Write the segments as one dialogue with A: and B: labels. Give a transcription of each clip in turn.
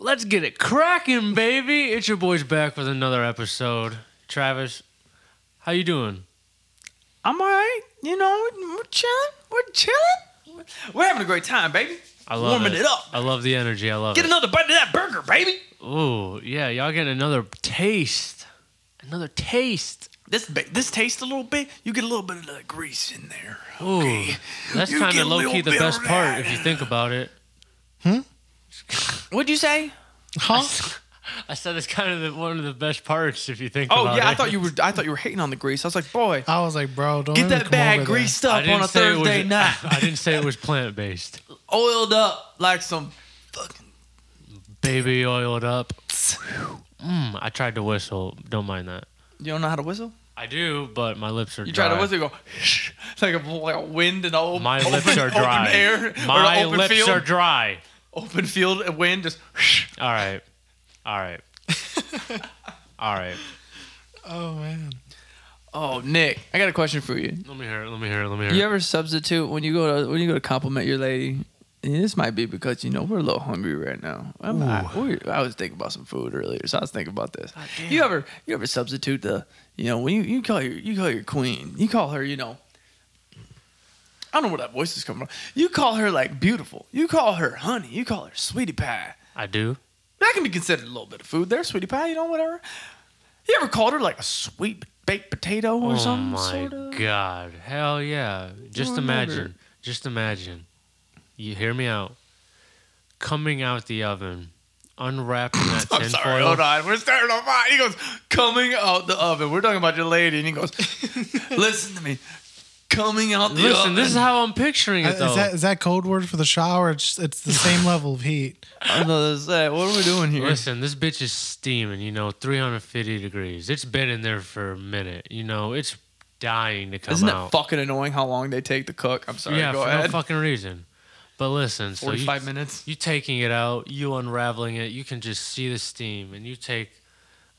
A: Let's get it cracking, baby. It's your boys back with another episode. Travis, how you doing?
B: I'm all right. You know, we're chilling. We're chilling. We're having a great time, baby.
A: I love
B: Warming it up.
A: I love the energy. I love
B: Get
A: it.
B: another bite of that burger, baby.
A: Ooh, yeah, y'all getting another taste. Another taste.
B: This ba- this tastes a little bit. You get a little bit of the grease in there.
A: Ooh.
B: Okay.
A: That's
B: You
A: kind
B: get
A: of
B: a
A: low key
B: little
A: the
B: bit
A: best
B: of
A: part
B: that.
A: if you think about it.
B: What'd you say?
C: Huh?
A: I said it's kind of the, one of the best parts if you think
B: Oh
A: about it.
B: yeah, I thought you were. I thought you were hating on the grease. I was like, boy,
C: I was like, bro, don't
A: Mm,
B: get
C: even
B: that
C: come
B: bag
C: over there.
B: greased
A: I
B: up
A: didn't
B: on a
A: say it was-
B: Thursday night,
A: I didn't say it was plant based.
B: oiled up like some fucking.
A: Baby oiled up. Mm, I tried to whistle. Don't mind that.
B: You don't know how to whistle?
A: I do, but my lips are
B: You
A: dry.
B: try to whistle, you go it's like a like a wind and all.
A: My
B: open,
A: lips are dry.
B: Open air.
A: My
B: or open
A: lips
B: field,
A: are dry.
B: Open field and wind just.
A: All right. All right. All right.
C: Oh man.
B: Oh, Nick, I got a question for you.
A: Let me hear it. Let me hear it. Let me hear
B: You
A: it.
B: ever substitute when you go to when you go to compliment your lady? And this might be because you know we're a little hungry right now. I'm not, we I was thinking about some food earlier, so I was thinking about this. You ever you ever substitute the you know when you, you call your you call your queen, you call her you know. I don't know where that voice is coming from. You call her like beautiful. You call her honey. You call her sweetie pie.
A: I do.
B: That can be considered a little bit of food there, sweetie pie. You know whatever. You ever called her like a sweet baked potato or
A: oh
B: something?
A: my
B: sort of?
A: god. Hell yeah. Just
B: Or
A: imagine.
B: another.
A: Just imagine. You hear me out. Coming out the oven, unwrapping that
B: I'm sorry,
A: tinfoil.
B: hold on. We're starting on fire. He goes, coming out the oven. We're talking about your lady. And he goes, listen to me. Coming out the
A: Listen,
B: oven.
A: this is how I'm picturing
C: Uh,
A: it though.
C: Is that is that code word for the shower? It's it's the same level of heat.
B: I don't know this, uh, what are we doing here?
A: Listen, this bitch is steaming, you know, 350 degrees. It's been in there for a minute, you know, it's dying to come
B: Isn't it
A: out.
B: fucking annoying how long they take to cook? I'm sorry.
A: yeah,
B: go
A: for
B: ahead.
A: no fucking reason. But listen, so you,
B: 45 minutes.
A: you taking it out, you unraveling it, you can just see the steam, and you take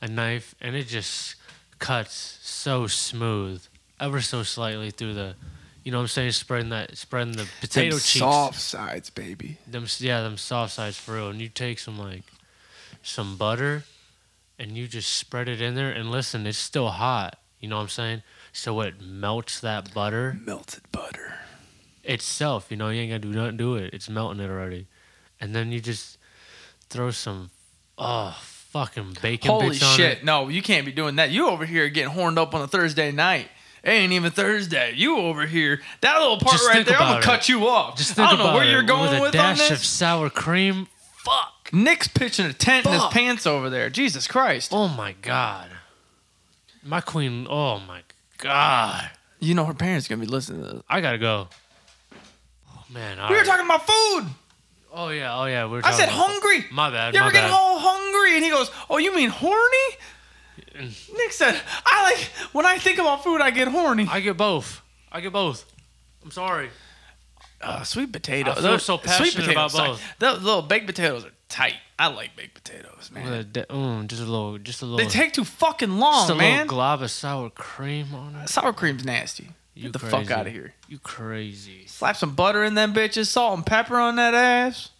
A: a knife, and it just cuts so smooth, ever so slightly through the, you know what I'm saying, spreading that, spreading the potato
B: Them
A: cheeks.
B: Soft sides, baby.
A: them yeah them soft sides for real and you take some like some butter and you just spread it in there and listen it's still hot you know what i'm saying so it melts that butter
B: Melted butter.
A: itself you know you ain't gotta do nothing to it it's melting it already and then you just throw some oh fucking bacon
B: Holy
A: bits on
B: shit.
A: it
B: No, you can't be doing that. You over here getting horned up on a Thursday night. It ain't even Thursday. You over here. That little part
A: Just
B: right
A: think
B: there, I'm going
A: about
B: to
A: it.
B: cut you off.
A: just think
B: I don't know
A: about
B: where
A: it,
B: you're going
A: with a
B: with, on
A: dash
B: this.
A: of sour cream fuck
B: Nick's pitching a tent in his
A: Fuck.
B: pants over there. Jesus Christ.
A: oh my god my queen oh my god
B: You know her parents gonna be listening to this.
A: I gotta go. Oh man, all
B: We were
A: right.
B: talking about food.
A: Oh yeah, oh yeah, we were.
B: I
A: Talking
B: said
A: about-
B: hungry.
A: My bad.
B: You
A: my
B: ever get
A: bad.
B: all hungry? And he goes, Oh, you mean horny? Nick said, I like when I think about food, I get horny.
A: I get both. I get both. I'm sorry.
B: Uh, sweet potato.
A: I feel
B: Those-
A: so
B: sweet
A: passionate about
B: potatoes, sorry.
A: both.
B: Those little baked potatoes are tight. I like baked potatoes, man.
A: With a de- mm, just a little, just a little.
B: They take too fucking long,
A: just a
B: man.
A: little glob of sour cream on it.
B: Sour cream's nasty.
A: You
B: get the fuck
A: crazy.
B: out of here.
A: You crazy.
B: Slap some butter in them bitches, salt and pepper on that ass.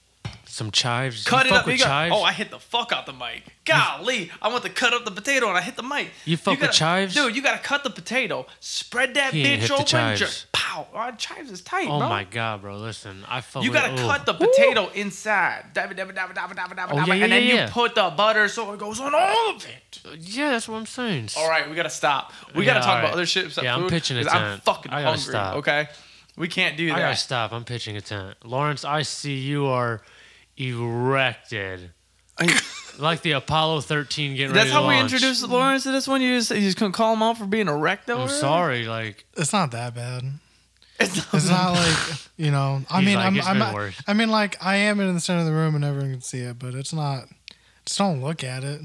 A: Some chives.
B: Cut
A: you
B: it
A: fuck
B: up.
A: With
B: You got-
A: chives.
B: oh, I hit the fuck out the mic. Golly, I went to cut up the potato and I hit the mic.
A: You fuck with
B: gotta-
A: chives?
B: dude. You gotta cut the potato, spread that
A: He ain't
B: bitch
A: hit the
B: open,
A: chives.
B: just pow. Oh, chives is tight,
A: oh
B: bro.
A: my god, bro. Listen, I fuck.
B: You
A: with,
B: gotta
A: oh.
B: cut the potato inside, dabba, dabba, dabba, dabba, dabba, dabba,
A: Oh,
B: dabba,
A: yeah, yeah,
B: and then
A: yeah,
B: you
A: yeah.
B: put the butter so it goes on all of it.
A: Yeah, that's what I'm saying.
B: All right, we gotta stop. We
A: Yeah,
B: gotta talk
A: all right.
B: about other shit. except
A: Yeah, I'm
B: food,
A: pitching a
B: 'cause I'm
A: tent.
B: fucking
A: I gotta
B: hungry.
A: stop.
B: Okay, we can't do
A: I gotta
B: that.
A: stop. I'm pitching a tent. Lawrence, I see you are erected. Like the Apollo 13 getting ready
B: That's
A: to
B: how we
A: launch.
B: introduced Lawrence to this one. You just you just gonna call him out for being a recto.
A: I'm sorry, like
C: It's not that bad.
B: It's
C: It's not like you know. I
A: He's
C: mean,
A: like,
C: I'm,
A: "It's
C: I'm
A: been worse."
C: I mean, like I am in the center of the room and everyone can see it, but it's not. Just don't look at it.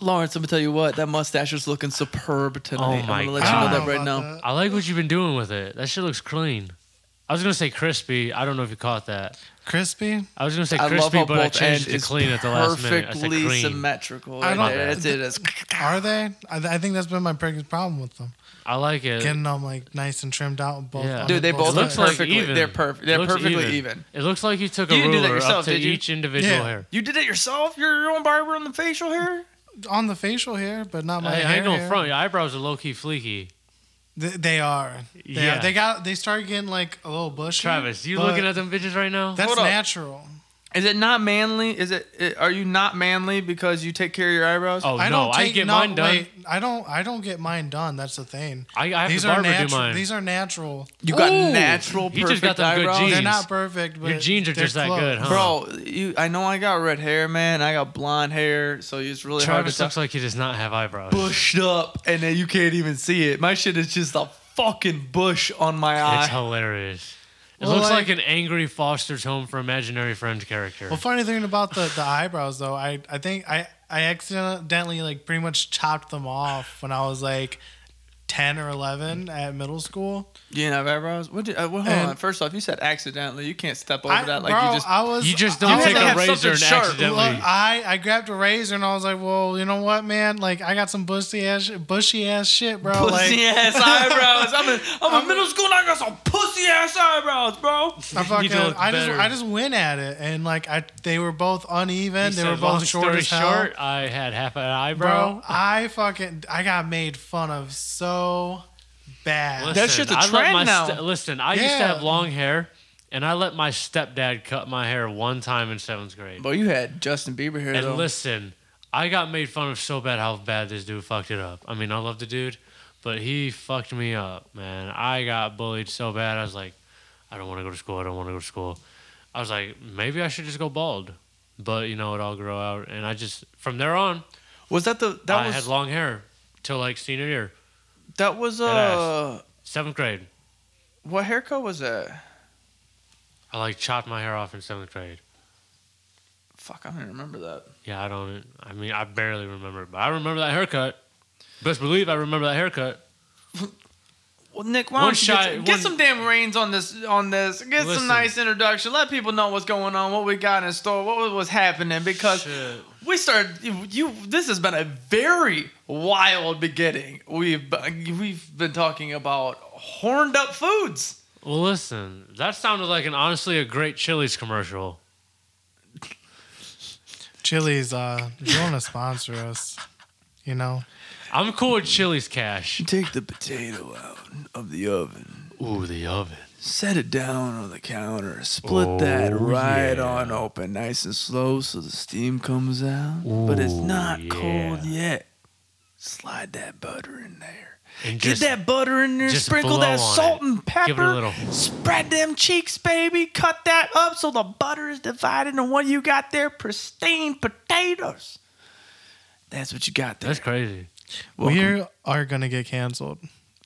B: Lawrence, I'm gonna tell you what, that mustache is looking superb tonight.
A: Oh
B: I'm
A: my
B: gonna let
A: God.
B: you know
C: I
B: that right
C: don't
B: now.
C: about
A: I like what you've been doing with it. That shit looks clean. I was gonna say crispy. I don't know if you caught that.
C: Crispy?
A: I was gonna say
B: I love
A: crispy,
B: how
A: but I
B: both ends
A: changed it to
B: is
A: clean at the last minute. I said
B: perfectly
A: cream.
B: symmetrical.
C: I
B: Right
C: don't-
B: there. That's it. That's
C: Are they? I, th- I think that's been my biggest problem with them.
A: I like it.
C: Getting them like nice and trimmed out. and Both.
A: Uh, Yeah.
C: on
A: Dude,
B: they
C: the
B: both
A: it looks
C: sides.
B: look
A: like
B: perfectly-
A: even.
B: they're perf- they're
A: It looks
B: perfectly even.
A: It looks like you took
B: You
A: a
B: didn't do that
A: ruler
B: yourself,
A: up to
B: did you?
A: each individual
C: Yeah.
A: hair.
B: you did it yourself. You're your own barber on the facial hair.
C: on the facial hair, but not my
A: I, I
C: hair.
A: ain't going
C: hair.
A: front. Your eyebrows are low key fleaky.
C: Th- They are. They
A: Yeah.
C: are. They got. They started getting like a little bushy.
A: Travis, you
C: but
A: looking at them bitches right now?
C: That's
B: Hold up.
C: natural.
B: Is it not manly? Is it, it? Are you not manly because you take care of your eyebrows?
A: oh
C: I
A: no,
C: don't.
A: I
C: take-
A: get
C: no,
A: mine done.
C: Wait, I don't. I don't get mine done. That's the thing.
A: I, I have
C: these
A: the
C: are
A: barber do
C: natural.
A: mine.
C: These are natural.
B: you got
A: Ooh.
B: natural, perfect
A: You just got them good
B: eyebrows.
A: genes.
C: They're not perfect, but
A: Your genes are
C: they're
A: just that
C: close.
A: good, huh?
B: Bro, you. I know I got red hair, man. I got blonde hair, so it's really hard to
A: Travis
B: tell.
A: looks like he does not have eyebrows.
B: bushed up, and then you can't even see it. My shit is just a fucking bush on my
A: It's
B: eye.
A: hilarious. It
C: Well,
A: looks like,
C: like-
A: an angry Foster's Home for Imaginary Friends character.
C: Well, funny thing about the, the eyebrows though, I I think I I accidentally like pretty much chopped them off when I was like ten or eleven at middle school.
B: You didn't have eyebrows? What did, uh, well, hold
C: And-
B: on. First off, you said accidentally. You can't step over
C: I,
B: that like
C: bro,
B: you just.
C: I was
A: you just
B: You
A: don't
B: had
A: take
B: to
A: a
B: have
A: razor
B: something
A: and
B: sharp.
A: accidentally.
C: Look, I, I grabbed a razor and I was like, well, you know what, man? Like, I got some bushy ass, bushy ass shit, bro.
B: Pussy
C: like,
B: ass eyebrows. I'm in, I'm in middle school and I got some pussy ass eyebrows, bro.
C: I fucking,
A: need to look
C: I just,
A: better.
C: I just went at it, and like, I, they were both uneven.
A: He
C: they
A: said,
C: were
A: "Long
C: both short
A: story
C: as hell.
A: short, I had half an eyebrow.
C: bro, I fucking, I got made fun of so bad.
A: Listen,
B: shit's a
A: I let
B: trend
A: my
B: now.
A: ste- listen, I used to
C: Yeah.
A: have long hair, and I let my stepdad cut my hair one time in seventh grade.
B: But you had Justin Bieber here
A: And
B: though.
A: listen, I got made fun of so bad how bad this dude fucked it up. I mean, I love the dude, but he fucked me up, man. I got bullied so bad. I was like, I don't want to go to school. I don't want to go to school. I was like, maybe I should just go bald. But you know, it all grow out, and I just from there on,
B: was that the that
A: I
B: was
A: had long hair till like senior year,
B: that was
A: ass.
B: uh
A: seventh grade.
B: what haircut was that?
A: I like chopped my hair off in seventh grade.
B: Fuck, I don't remember that.
A: Yeah, I don't. I mean, I barely remember, it, but I remember that haircut. Best believe I remember that haircut.
B: Well, Nick, why
A: One
B: don't you
A: shot-
B: get, some-
A: one-
B: get some damn reins on this on this? Get some
A: Listen.
B: nice introduction. Let people know what's going on, what we got in store, what was- was happening. Because
A: Shit.
B: we started you, you. This has been a very wild beginning. We've been- we've been talking about horned up foods.
A: Well, listen, that sounded like an honestly a great Chili's commercial.
C: Chili's, uh, you want to sponsor us, you know?
A: I'm cool with Chili's cash.
B: Take the potato out of the oven.
A: Ooh, the oven.
B: set it down on the counter, split
A: Oh,
B: that right
A: yeah.
B: on open, nice and slow, so the steam comes out. but it's
A: Ooh,
B: not cold
A: yeah.
B: yet. Slide that butter in there.
A: And
B: Get
A: just
B: that butter in there.
A: just
B: Sprinkle
A: blow
B: that
A: on
B: salt
A: it.
B: and pepper.
A: Give it a little-
B: Spread them cheeks, baby. Cut that up so the butter is divided. And what you got there? Pristine potatoes. That's what you got there.
A: That's crazy.
B: welcome,
C: We are going to get canceled.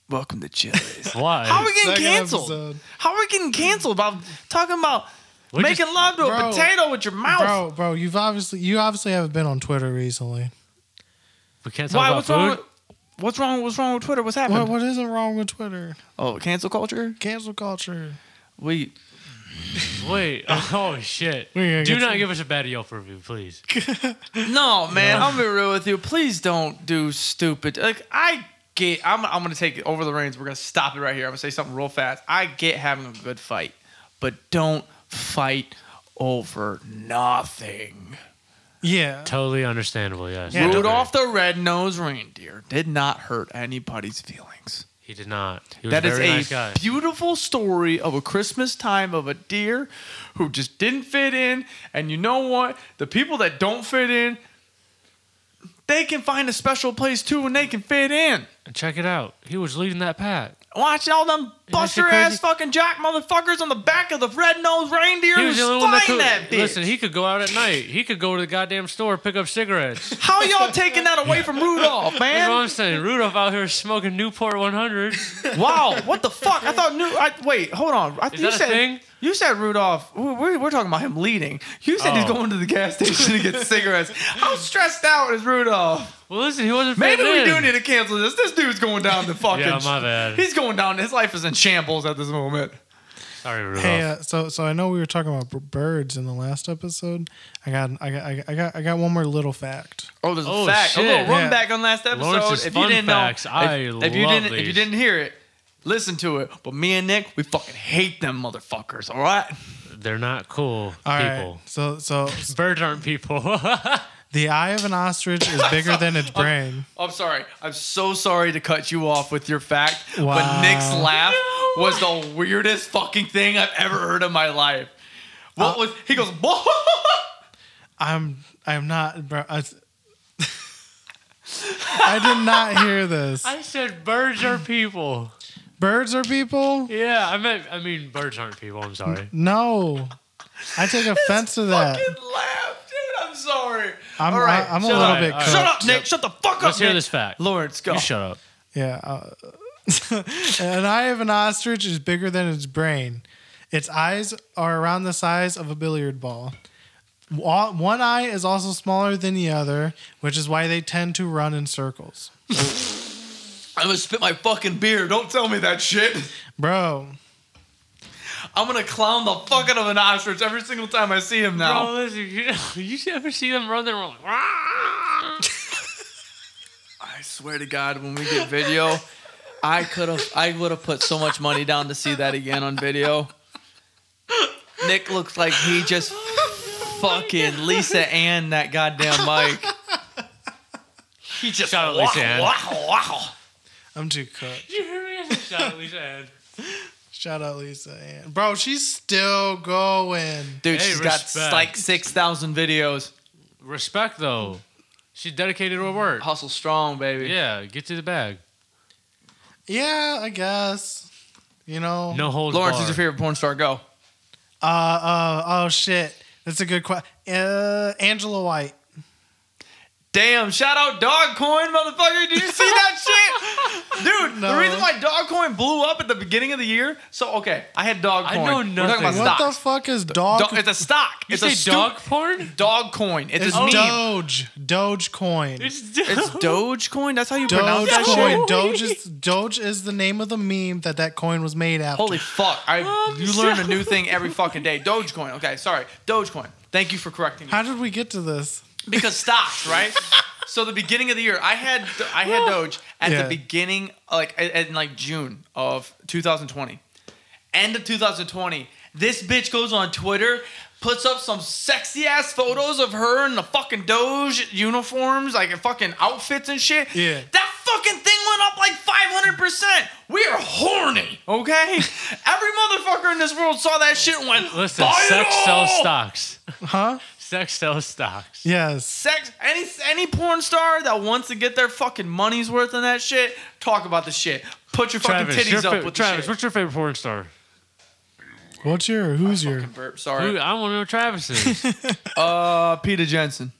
B: welcome to Chili's.
A: Why?
B: How are we getting
C: Second
B: canceled?
C: episode.
B: How are we getting canceled about talking about
A: We're
B: making love to a
C: Bro.
B: potato with your mouth?
C: Bro, bro, you've obviously, you obviously haven't been on Twitter recently.
A: we can't talk
B: Why?
A: about
B: What's
A: food.
B: wrong? With, what's wrong? What's wrong with Twitter? What's happening?
C: What, what isn't wrong with Twitter?
B: Oh, cancel culture.
C: Cancel culture.
B: We
A: Wait. Oh shit.
C: We're gonna
A: Do
C: get
A: not
C: you-
A: give us a bad Yelp review, please.
B: no, man. I'm gonna be real with you. Please don't do stupid. Like I get. I'm. I'm gonna take it over the reins. We're gonna stop it right here. I'm gonna say something real fast. I get having a good fight, but don't fight over nothing.
C: Yeah.
A: Totally understandable. Yes.
C: Yeah.
A: I agree.
B: Rudolph the Red-Nosed Reindeer did not hurt anybody's feelings.
A: He did not. He was
B: That
A: a
B: is
A: very
B: a
A: nice guy.
B: beautiful story of a Christmas time of a deer who just didn't fit in. And you know what? The people that don't fit in, they can find a special place too and they can fit in.
A: Check it out. He was leading that pack.
B: Watch all them
A: Isn't that shit
B: buster ass
A: crazy?
B: fucking jack motherfuckers on the back of the red nosed reindeer
A: He was
B: who's
A: the only one that
B: flying
A: could
B: that bitch.
A: listen. He could go out at night. He could go to the goddamn store pick up cigarettes.
B: How y'all taking that away from Rudolph,
A: That's what
B: man?
A: I'm saying. Rudolph out here smoking Newport 100.
B: Wow, what the fuck? I thought new. I, wait, hold on. I,
A: Is
B: you
A: that a
B: said,
A: thing?
B: You said Rudolph. we- We're, we're talking about him leading. You said he's
A: Oh.
B: going to the gas station to get cigarettes. How stressed out is Rudolph?
A: Well, listen, he wasn't.
B: Maybe
A: fitting
B: we
A: in.
B: do need to cancel this. This dude's going down the fucking.
A: Yeah, my bad.
B: He's going down. His life is in shambles at this moment.
A: Sorry, Rudolph.
C: Hey, uh, so so I know we were talking about b- birds in the last episode. I got I got I got- I got I got one more little fact.
B: Oh, there's a
A: Oh,
B: fact. A
A: shit.
B: little run
C: Yeah.
B: back on last episode.
A: Lawrence's
B: if you
A: fun
B: didn't
A: facts.
B: know,
A: I
B: if, if you
A: love
B: didn't, if you
A: these.
B: didn't hear it, listen to it. But me and Nick, we fucking hate them motherfuckers. All right.
A: They're not cool
C: All right.
A: people.
C: So so
A: Birds aren't people.
C: the eye of an ostrich is bigger than its brain.
B: I'm sorry. I'm so sorry to cut you off with your fact, but
C: Wow.
B: Nick's laugh was the weirdest fucking thing I've ever heard in my life. What
C: Uh,
B: was he goes?
C: I'm I'm not bro. I, I did not hear this.
A: I said birds are people.
C: Birds are people?
A: Yeah, I meant I mean birds aren't people. I'm sorry.
C: No. I take offense to that.
B: Fucking laugh, dude. I'm sorry.
C: I'm-
B: All right,
C: I- I'm a
B: shut
C: little
B: up.
A: bit All right, all
B: Shut
A: right.
B: up, Nick. Shut the fuck
A: Let's
B: up.
A: hear
B: Nick.
A: this fact.
B: Lawrence, go.
A: You shut up.
C: Yeah. Uh, an eye of an ostrich is bigger than its brain. Its eyes are around the size of a billiard ball. Wa- One eye is also smaller than the other, which is why they tend to run in circles.
B: I'm gonna spit my fucking beer. Don't tell me that shit.
C: Bro,
B: I'm gonna clown the fuck out of an ostrich every single time I see him now.
A: Bro, Oh, listen, you, you ever see them run? They're like, "Rah!"
B: I swear to God, when we get video, I could have, I would have put so much money down to see that again on video. Nick looks like he just fucking Lisa and that goddamn mic. He just
A: Shout out
B: wow,
A: Lisa Ann.
B: wow, wow.
C: I'm too cooked.
A: Did you hear me? I said, "Shut up, Lisa Ann."
C: Shout out Lisa Ann. Bro, she's still going.
B: Dude,
A: Hey,
B: she's got
A: respect.
B: like six thousand videos.
A: Respect though. She dedicated her work.
B: Hustle strong, baby.
A: Yeah, get to the bag.
C: Yeah, I guess. You know.
A: No holds
B: Lawrence is
A: barred.
B: your favorite porn star. Go.
C: Uh, uh, oh, shit. That's a good question. Uh, Angela White.
B: Damn, shout out Dogcoin, motherfucker. Did you see that shit? Dude, the
C: No.
B: reason why Dogcoin blew up at the beginning of the year, so okay, I had Dogcoin.
A: I know
B: We're talking about
A: nothing.
C: What the
B: stocks.
C: fuck is dog?
B: Do- it's a stock.
A: You
B: it's
A: say
B: a stu-
A: dog porn?
B: Dogcoin. It's,
C: It's
B: a meme.
C: Doge. Doge coin.
A: It's,
B: It's Dogecoin? That's how you pronounce
C: Doge
B: that
C: coin.
B: shit?
C: Doge is Doge is the name of the meme that that coin was made after.
B: Holy fuck. I,
A: Mom,
B: you learn a new thing every fucking day. Dogecoin. Okay, sorry. Dogecoin. Thank you for correcting me.
C: How did we get to this?
B: because stocks, right? so the beginning of the year, I had I had Doge at
C: Yeah.
B: the beginning, like in in, like June of 2020, end of 2020. This bitch goes on Twitter, puts up some sexy ass photos of her in the fucking Doge uniforms, like in fucking outfits and shit.
C: Yeah.
B: that fucking thing went up like 500 percent. We are horny, okay? Every motherfucker in this world saw that shit and went,
A: Listen,
B: "Buy it
A: sex sells
B: all!"
A: stocks.
C: Huh?
A: Sex sells stocks.
C: Yes.
B: sex any any porn star that wants to get their fucking money's worth on that shit talk about the shit put your fucking
A: Travis, your
B: titties up
A: fa-
B: with
A: Travis,
B: the
A: what's your favorite porn star?
C: What's your? Who's
B: shit
C: your?
B: fucking burp sorry
A: Who, I want to know Travis's.
B: uh Peter Jensen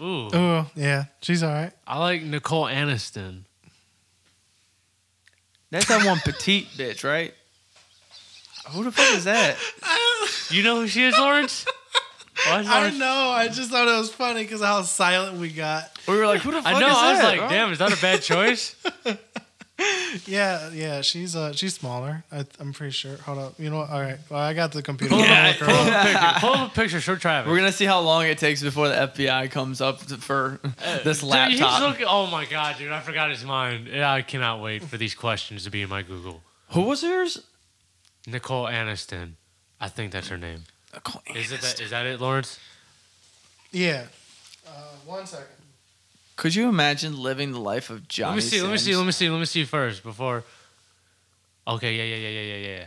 A: Ooh,
C: Oh yeah, she's all right.
A: I like Nicole Aniston.
B: that's that one petite bitch right who the fuck is that
A: You know who she is, Lawrence? Why is
C: I
A: Lawrence-
C: know. I just thought it was funny because how silent we got.
B: we were like who the fuck
A: I know.
B: is
A: I was
B: that
A: like,
B: bro?
A: damn, is that a bad choice?
C: Yeah, yeah. She's uh, she's smaller. I, I'm pretty sure. Hold up. You know what? All right. Well, I got the computer.
A: Pull,
B: Yeah.
A: up, pull up a picture. Pull up a picture. Show Travis.
B: we're gonna see how long it takes before the FBI comes up to, for this
A: Uh, Dude, he's
B: laptop
A: looking, oh my god, dude! I forgot his mind. Yeah, I cannot wait for these questions to be in my Google.
B: who was yours
A: Nicole Aniston, I think that's her name.
B: Nicole
A: Is it
B: Aniston.
A: that? Is that it, Lawrence?
C: Yeah. Uh, one second.
B: could you imagine living the life of
A: Let
B: Johnny
A: me see. Let me see.
B: Sins?
A: Let me see. Let me see first before. Okay, yeah, yeah, yeah, yeah, yeah, yeah.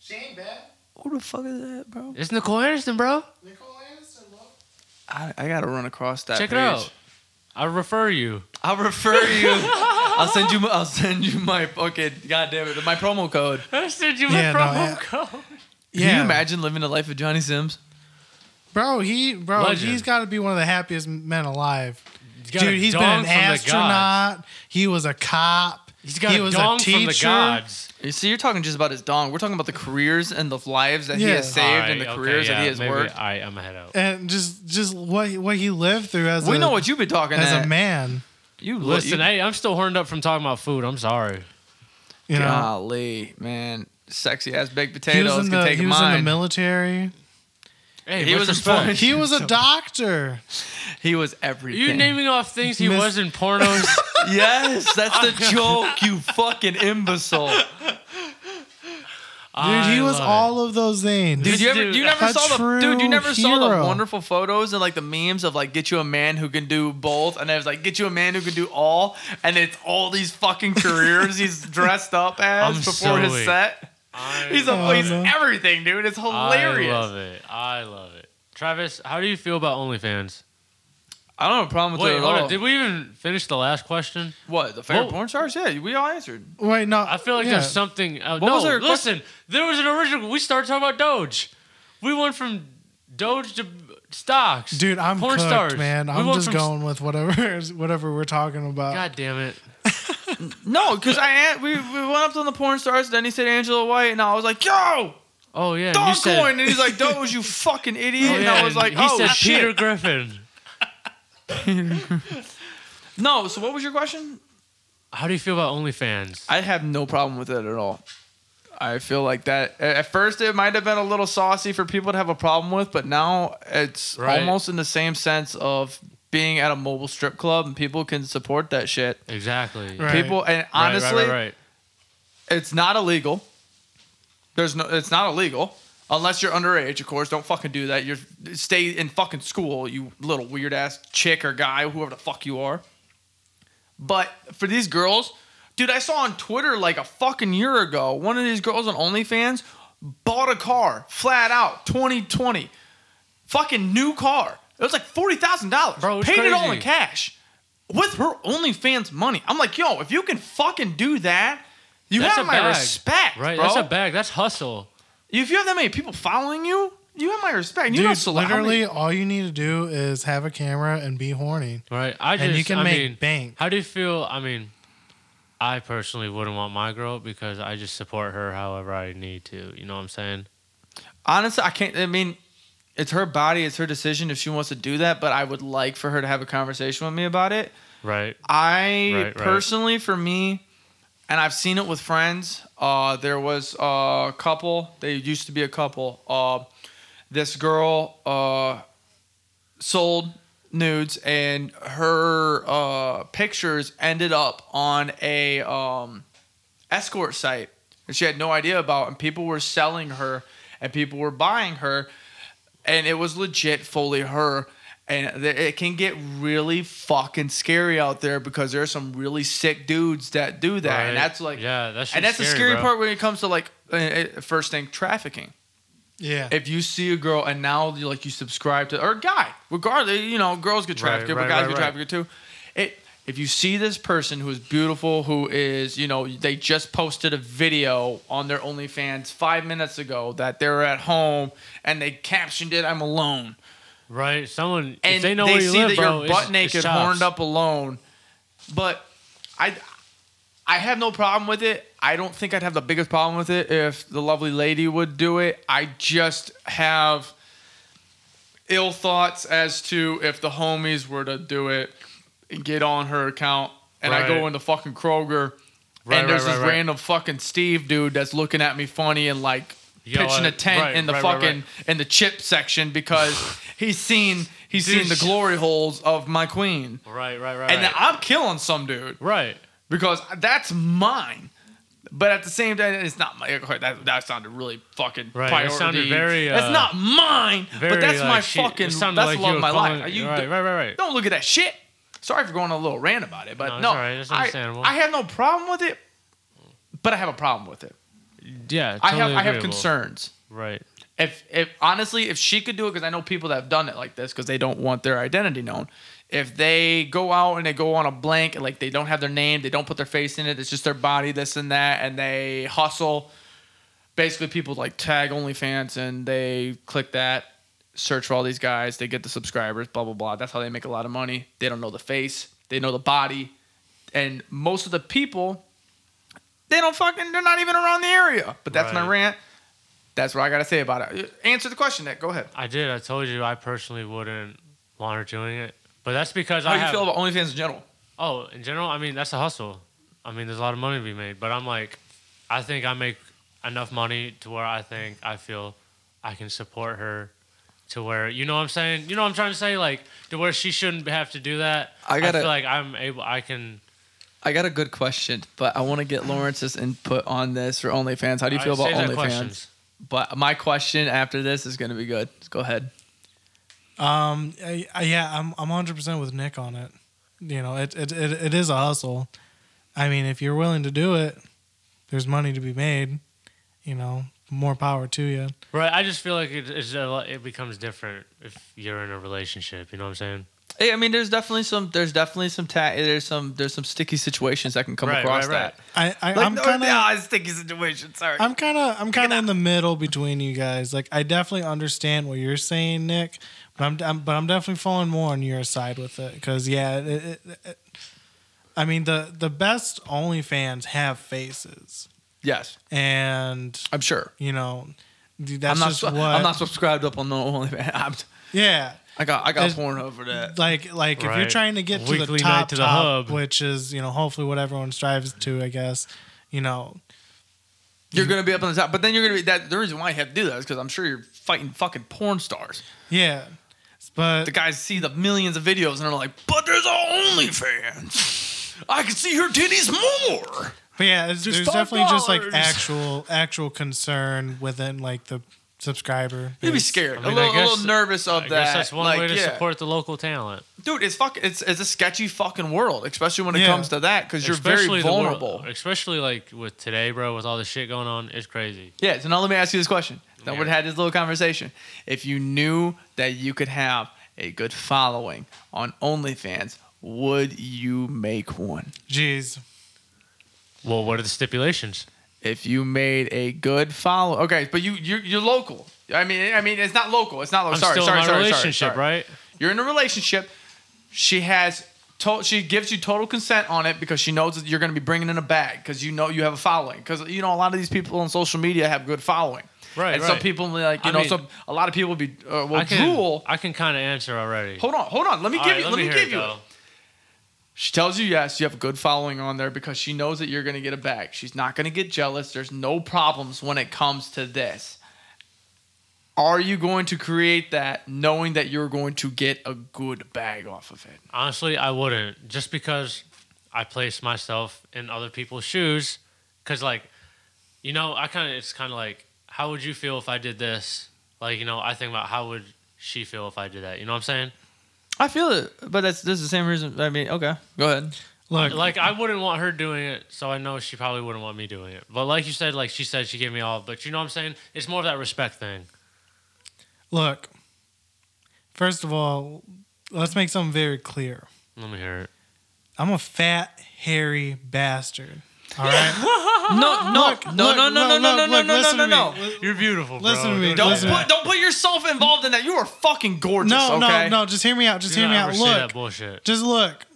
C: She ain't bad.
B: who the fuck is that bro
A: It's Nicole Aniston, bro.
C: Nicole Aniston. Look.
B: I, I gotta run across that
A: Check
B: page.
A: it out. I refer you.
B: I'll refer you. I'll send you. I'll send you my fucking goddamn it, my promo code.
A: I sent you
C: Yeah,
A: my
C: no,
A: promo
C: yeah.
A: code.
C: Yeah.
B: Can you imagine living the life of Johnny Sims?
C: Bro, he bro,
A: Legend.
C: he's got to be one of the happiest men alive.
A: He's got a
C: Dude, he's been
A: dong
C: an
A: from the gods.
C: astronaut. He was a cop.
A: He's got
C: he
A: a
C: was
A: dong
C: a
A: from the
C: teacher.
A: gods.
B: You see, you're talking just about his dong. We're talking about the careers and the lives that he
C: Yeah.
B: has saved and the
A: Alright, okay,
B: careers that
A: yeah,
B: he has
A: maybe-
B: worked.
A: alright, I'm gonna head out.
C: And just just what he- what he lived through as
B: we
C: a,
B: know what you've been talking
C: as
B: at.
C: a man.
B: You li-
A: Listen,
B: you,
A: hey, I'm still horned up from talking about food. I'm sorry.
C: You know,
B: golly, man. sexy ass baked
C: He was
B: potatoes
C: in
B: can
C: the,
B: take
C: he was in the
B: mine.
C: military.
A: Hey,
B: He
A: he was
B: was a
A: respect.
B: sponge.
C: He was a doctor.
B: he was
A: Are
B: everything.
A: you naming off things he
C: Miss-
A: was in pornos?
B: Yes, that's the joke, you fucking imbecile.
C: Dude, he was all of those things.
B: Dude,
A: This
B: you ever
A: dude-
B: you never
C: a
B: saw the dude, you
C: true
B: never saw the
C: hero.
B: wonderful photos and like the memes of like get you a man who can do both, and it was like get you a man who can do all, and it's all these fucking careers he's dressed up as
A: I'm
B: before
A: so
B: his
A: weak.
B: set.
A: I,
B: He's a
C: Oh,
B: he's
C: no.
B: everything, dude. It's hilarious.
A: I
B: I,
A: love it. I love it. Travis, how do you feel about OnlyFans?
B: don't have a problem with
A: Wait,
B: it at
A: hold
B: all.
A: on. Did we even finish the last question?
B: what the favorite
A: Whoa.
B: porn stars? Yeah, we all answered.
C: Wait, no.
A: I feel like
C: yeah.
A: there's something. Uh,
B: What
A: no,
B: was our question?
A: listen. There was an original. We started talking about Doge. We went from Doge to stocks.
C: Dude, I'm
A: porn
C: cooked,
A: stars.
C: man.
A: We
C: I'm
A: went
C: just
A: from-
C: going with whatever is- whatever we're talking about.
A: God damn it.
B: No, because I an- we, we went up on the porn stars, then he said Angela White, and I was like, yo,
A: Oh yeah. you said,
B: Dogecoin, and he's like, Doge, you fucking idiot,
A: Oh,
B: and
A: yeah,
B: I was like,
A: he
B: oh
A: said
B: shit.
A: Peter Griffin.
B: No, so what was your question?
A: How do you feel about OnlyFans?
B: I have no problem with it at all. I feel like that at at first it might have been a little saucy for people to have a problem with, but now it's
A: Right.
B: almost in the same sense of being at a mobile strip club and people can support that shit.
A: exactly.
C: Right.
B: People and
A: Right,
B: honestly,
A: right, right, right.
B: it's not illegal. There's no, it's not illegal unless you're underage, of course. Don't fucking do that. You're stay in fucking school, you little weird ass chick or guy, whoever the fuck you are. But for these girls, dude, I saw on Twitter like a fucking year ago, one of these girls on OnlyFans bought a car flat out 2020, fucking new car. It was like forty thousand dollars.
A: Bro, it's
B: Paid it all
A: crazy.
B: in cash with her OnlyFans money. I'm like, yo, if you can fucking do that, you
A: That's
B: have
A: a
B: my
A: bag.
B: respect,
A: Right,
B: bro.
A: that's a bag. That's hustle.
B: if you have that many people following you, you have my respect. You
C: Dude,
B: know, so how many-
C: literally, all you need to do is have a camera and be horny,
A: Right. I just
C: and you can
A: I
C: make
A: mean,
C: bank.
A: How do you feel? I mean, I personally wouldn't want my girl because I just support her however I need to. You know what I'm saying?
B: honestly, I can't. I mean, it's her body, it's her decision if she wants to do that. But I would like for her to have a conversation with me about it.
A: Right.
B: I
A: Right, right.
B: personally, for me, and I've seen it with friends. Uh, there was a couple. They used to be a couple. Uh, this girl uh, sold nudes, and her uh, pictures ended up on a um, escort site, and she had no idea about. And people were selling her, and people were buying her, and it was legit fully her. And th- it can get really fucking scary out there because there are some really sick dudes that do that,
A: Right.
B: and that's like,
A: yeah, that's
B: and that's the scary
A: bro.
B: part when it comes to like uh, uh, first thing trafficking.
C: Yeah,
B: If you see a girl and now you like you subscribe to or a guy, regardless, you know, girls get trafficked,
A: Right,
B: but
A: right,
B: guys
A: right,
B: get
A: right.
B: trafficked too. It if you see this person who is beautiful, who is, you know, they just posted a video on their OnlyFans five minutes ago that they're at home and they captioned it, I'm alone.
A: Right. Someone
B: And
A: if they know where you
B: see
A: live,
B: that
A: bro.
B: you're
A: it's-
B: butt
A: it's
B: naked,
A: chops.
B: horned up alone. But I I have no problem with it. I don't think I'd have the biggest problem with it if the lovely lady would do it. I just have ill thoughts as to if the homies were to do it and get on her account and I
A: Right.
B: go into fucking Kroger
A: Right,
B: and there's
A: right,
B: this
A: right, right.
B: random fucking Steve dude that's looking at me funny and like
A: Yo,
B: pitching
A: I-
B: a tent
A: right,
B: in the
A: right, right,
B: fucking in the chip section because he's seen he's
A: Dude,
B: seen the
A: sh-
B: glory holes of my queen.
A: Right. Right. Right. right.
B: And then I'm killing some dude
A: right.
B: because that's mine. But at the same time, it's not my. That, that sounded really fucking
A: Right,
B: priority.
A: it sounded very, uh,
B: that's not mine.
A: Very,
B: but that's my
A: like, she- it
B: fucking. That's
A: sounded
B: the
A: like
B: love
A: you
B: of
A: were
B: my
A: calling-
B: life. Are you,
A: right. Right. Right. Right.
B: Don't look at that shit. Sorry for going on a little rant about it,
A: No,
B: but
A: it's
B: no,
A: all right. It's
B: I-
A: understandable.
B: I, have no problem with it, but I have a problem with it.
A: Yeah.
B: I
A: totally
B: have I have
A: agreeable.
B: concerns.
A: Right.
B: If if honestly, if she could do it, because I know people that have done it like this, because they don't want their identity known. If they go out and they go on a blank, and like they don't have their name, they don't put their face in it. It's just their body, this and that, and they hustle. Basically, people like tag OnlyFans and they click that, search for all these guys. They get the subscribers, blah blah blah. That's how they make a lot of money. They don't know the face, they know the body, and most of the people, they don't fucking. They're not even around the area. But that's my
A: Right.
B: rant. That's what I gotta say about it. Answer the question, Nick. Go ahead.
A: I did. I told you. I personally wouldn't want her doing it. But that's because
B: How
A: I
B: do you
A: have
B: feel about OnlyFans in general?
A: Oh, in general, I mean that's a hustle. I mean, there's a lot of money to be made, but I'm like, I think I make enough money to where I think I feel I can support her to where you know what I'm saying. You know what I'm trying to say, like to where she shouldn't have to do that.
B: I gotta-
A: feel like I'm able. I can.
B: I got a good question, but I want to get Lawrence's input on this for OnlyFans. How do you feel
A: I
B: about
A: save that
B: OnlyFans?
A: questions.
B: But my question after this is going to be good. Go ahead.
C: Um, I, I, yeah, I'm I'm 100 percent with Nick on it. You know, it, it it it is a hustle. I mean, if you're willing to do it, there's money to be made. You know, more power to you.
A: Right. I just feel like it, it's a, lot- it becomes different if you're in a relationship. You know what I'm saying?
B: Hey, I mean, there's definitely some, there's definitely some, ta- there's some, there's some sticky situations that can come
A: right.
B: across
A: right. Right.
B: that.
C: I, I
B: Like,
C: I'm
B: or-
C: kind of
B: ah, sticky situation. Sorry.
C: I'm kind of I'm kind of in the middle between you guys. Like I definitely understand what you're saying, Nick, but I'm, I'm but I'm definitely falling more on your side with it because yeah, it, it, it- I mean the the best OnlyFans have faces,
B: yes,
C: and
B: I'm sure.
C: you know dude, that's
B: I'm not.
C: just
B: su-
C: what
B: I'm not subscribed up on the OnlyFans. I'm,
C: yeah.
B: I got, I got
C: It's-
B: Pornhub for that.
C: Like, like if you're
A: Right.
C: trying to get to the
A: Weekly
C: top,
A: night to the
C: top,
A: hub.
C: which is you know hopefully what everyone strives to, I guess. You know,
B: You're gonna be up on the top, but then you're gonna be that. The reason why you have to do that is because I'm sure you're fighting fucking porn stars.
C: yeah. But
B: The guys see the millions of videos and they're like, "But there's a OnlyFans. I can see her titties more."
C: But yeah, it's,
B: Just
C: there's definitely just like
B: $5.
C: actual actual concern within like the subscriber.
B: You'd be
C: base.
B: scared,
A: I
B: a
A: mean, I
B: little, a
A: guess-
B: little nervous of
A: I
B: that.
A: guess that's one
B: like,
A: way to
B: yeah.
A: support the local talent.
B: dude. It's fuck. It's it's a sketchy fucking world, especially when it
C: Yeah.
B: comes to that because you're very
A: the wor-
B: vulnerable.
A: especially like with today, bro, with all the shit going on, it's crazy.
B: Yeah. So now let me ask you this question. Now we
A: Yeah.
B: had this little conversation. If you knew that you could have a good following on OnlyFans, would you make one?
C: Jeez,
A: Well, what are the stipulations?
B: If you made a good follow, okay, but you you're, you're local. I mean, I mean, it's not local. It's not local.
A: I'm
B: Oh, sorry,
A: still
B: sorry,
A: in my
B: sorry,
A: relationship,
B: sorry, sorry.
A: right?
B: You're in a relationship. She has. To- she gives you total consent on it because she knows that you're going to be bringing in a bag because you know you have a following because you know a lot of these people on social media have good following
A: Right,
B: and some
A: right.
B: people like you
A: I
B: know
A: mean-
B: some a lot of people be uh, will
A: I can,
B: drool
A: I can kind of answer already.
B: Hold on, hold on. Let me
A: All
B: give
A: right,
B: you. Let, me,
A: hear
B: give
A: it,
B: you.
A: though.
B: She tells you yes. You have a good following on there because she knows that you're gonna get a bag. She's not gonna get jealous. There's no problems when it comes to this. Are you going to create that knowing that you're going to get a good bag off of it?
A: Honestly, I wouldn't. Just because I place myself in other people's shoes. Because, like, you know, I kind of, it's kind of like, how would you feel if I did this? Like, you know, I think about how would she feel if I did that? You know what I'm saying?
B: I feel it, but that's this is the same reason. I mean, okay, go ahead.
C: look,
A: Like, I wouldn't want her doing it, so I know she probably wouldn't want me doing it. But, like you said, like she said, she gave me all, but you know what I'm saying? It's more of that respect thing.
C: look. First of all, let's make something very clear.
A: Let me hear it.
C: I'm a fat, hairy bastard. All right,
B: No, no,
C: Look,
B: no,
C: look,
B: no, no, no,
C: look,
B: no, no,
C: look,
B: no,
C: look,
B: no,
C: listen
B: no,
C: to
B: no.
C: me.
A: You're beautiful, bro.
C: Listen to me.
A: do
B: Don't
A: that.
C: Listen to
B: put don't put yourself involved in that. You are fucking gorgeous.
C: no,
B: okay?
C: no, no. Just hear me out. Just
A: Do
C: hear me
A: not
C: out.
A: ever say that
C: Look,
A: bullshit.
C: just look.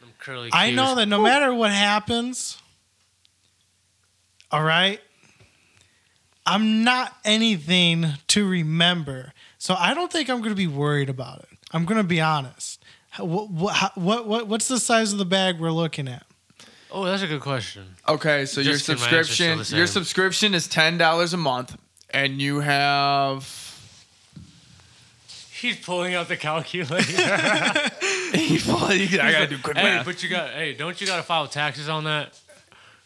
A: Them curly
C: I
A: cues.
C: know that no matter what happens, all right, I'm not anything to remember. So I don't think I'm going to be worried about it. I'm going to be honest. What, what, what, what, what's the size of the bag we're looking at?
A: Oh, that's a good question.
B: Okay, so your
A: Just the ranch is still
B: subscription
A: the same.
B: your subscription is ten dollars a month, and you have
A: He's pulling out the calculator.
B: I gotta do quick
A: hey, but you got hey, don't you gotta file taxes on that?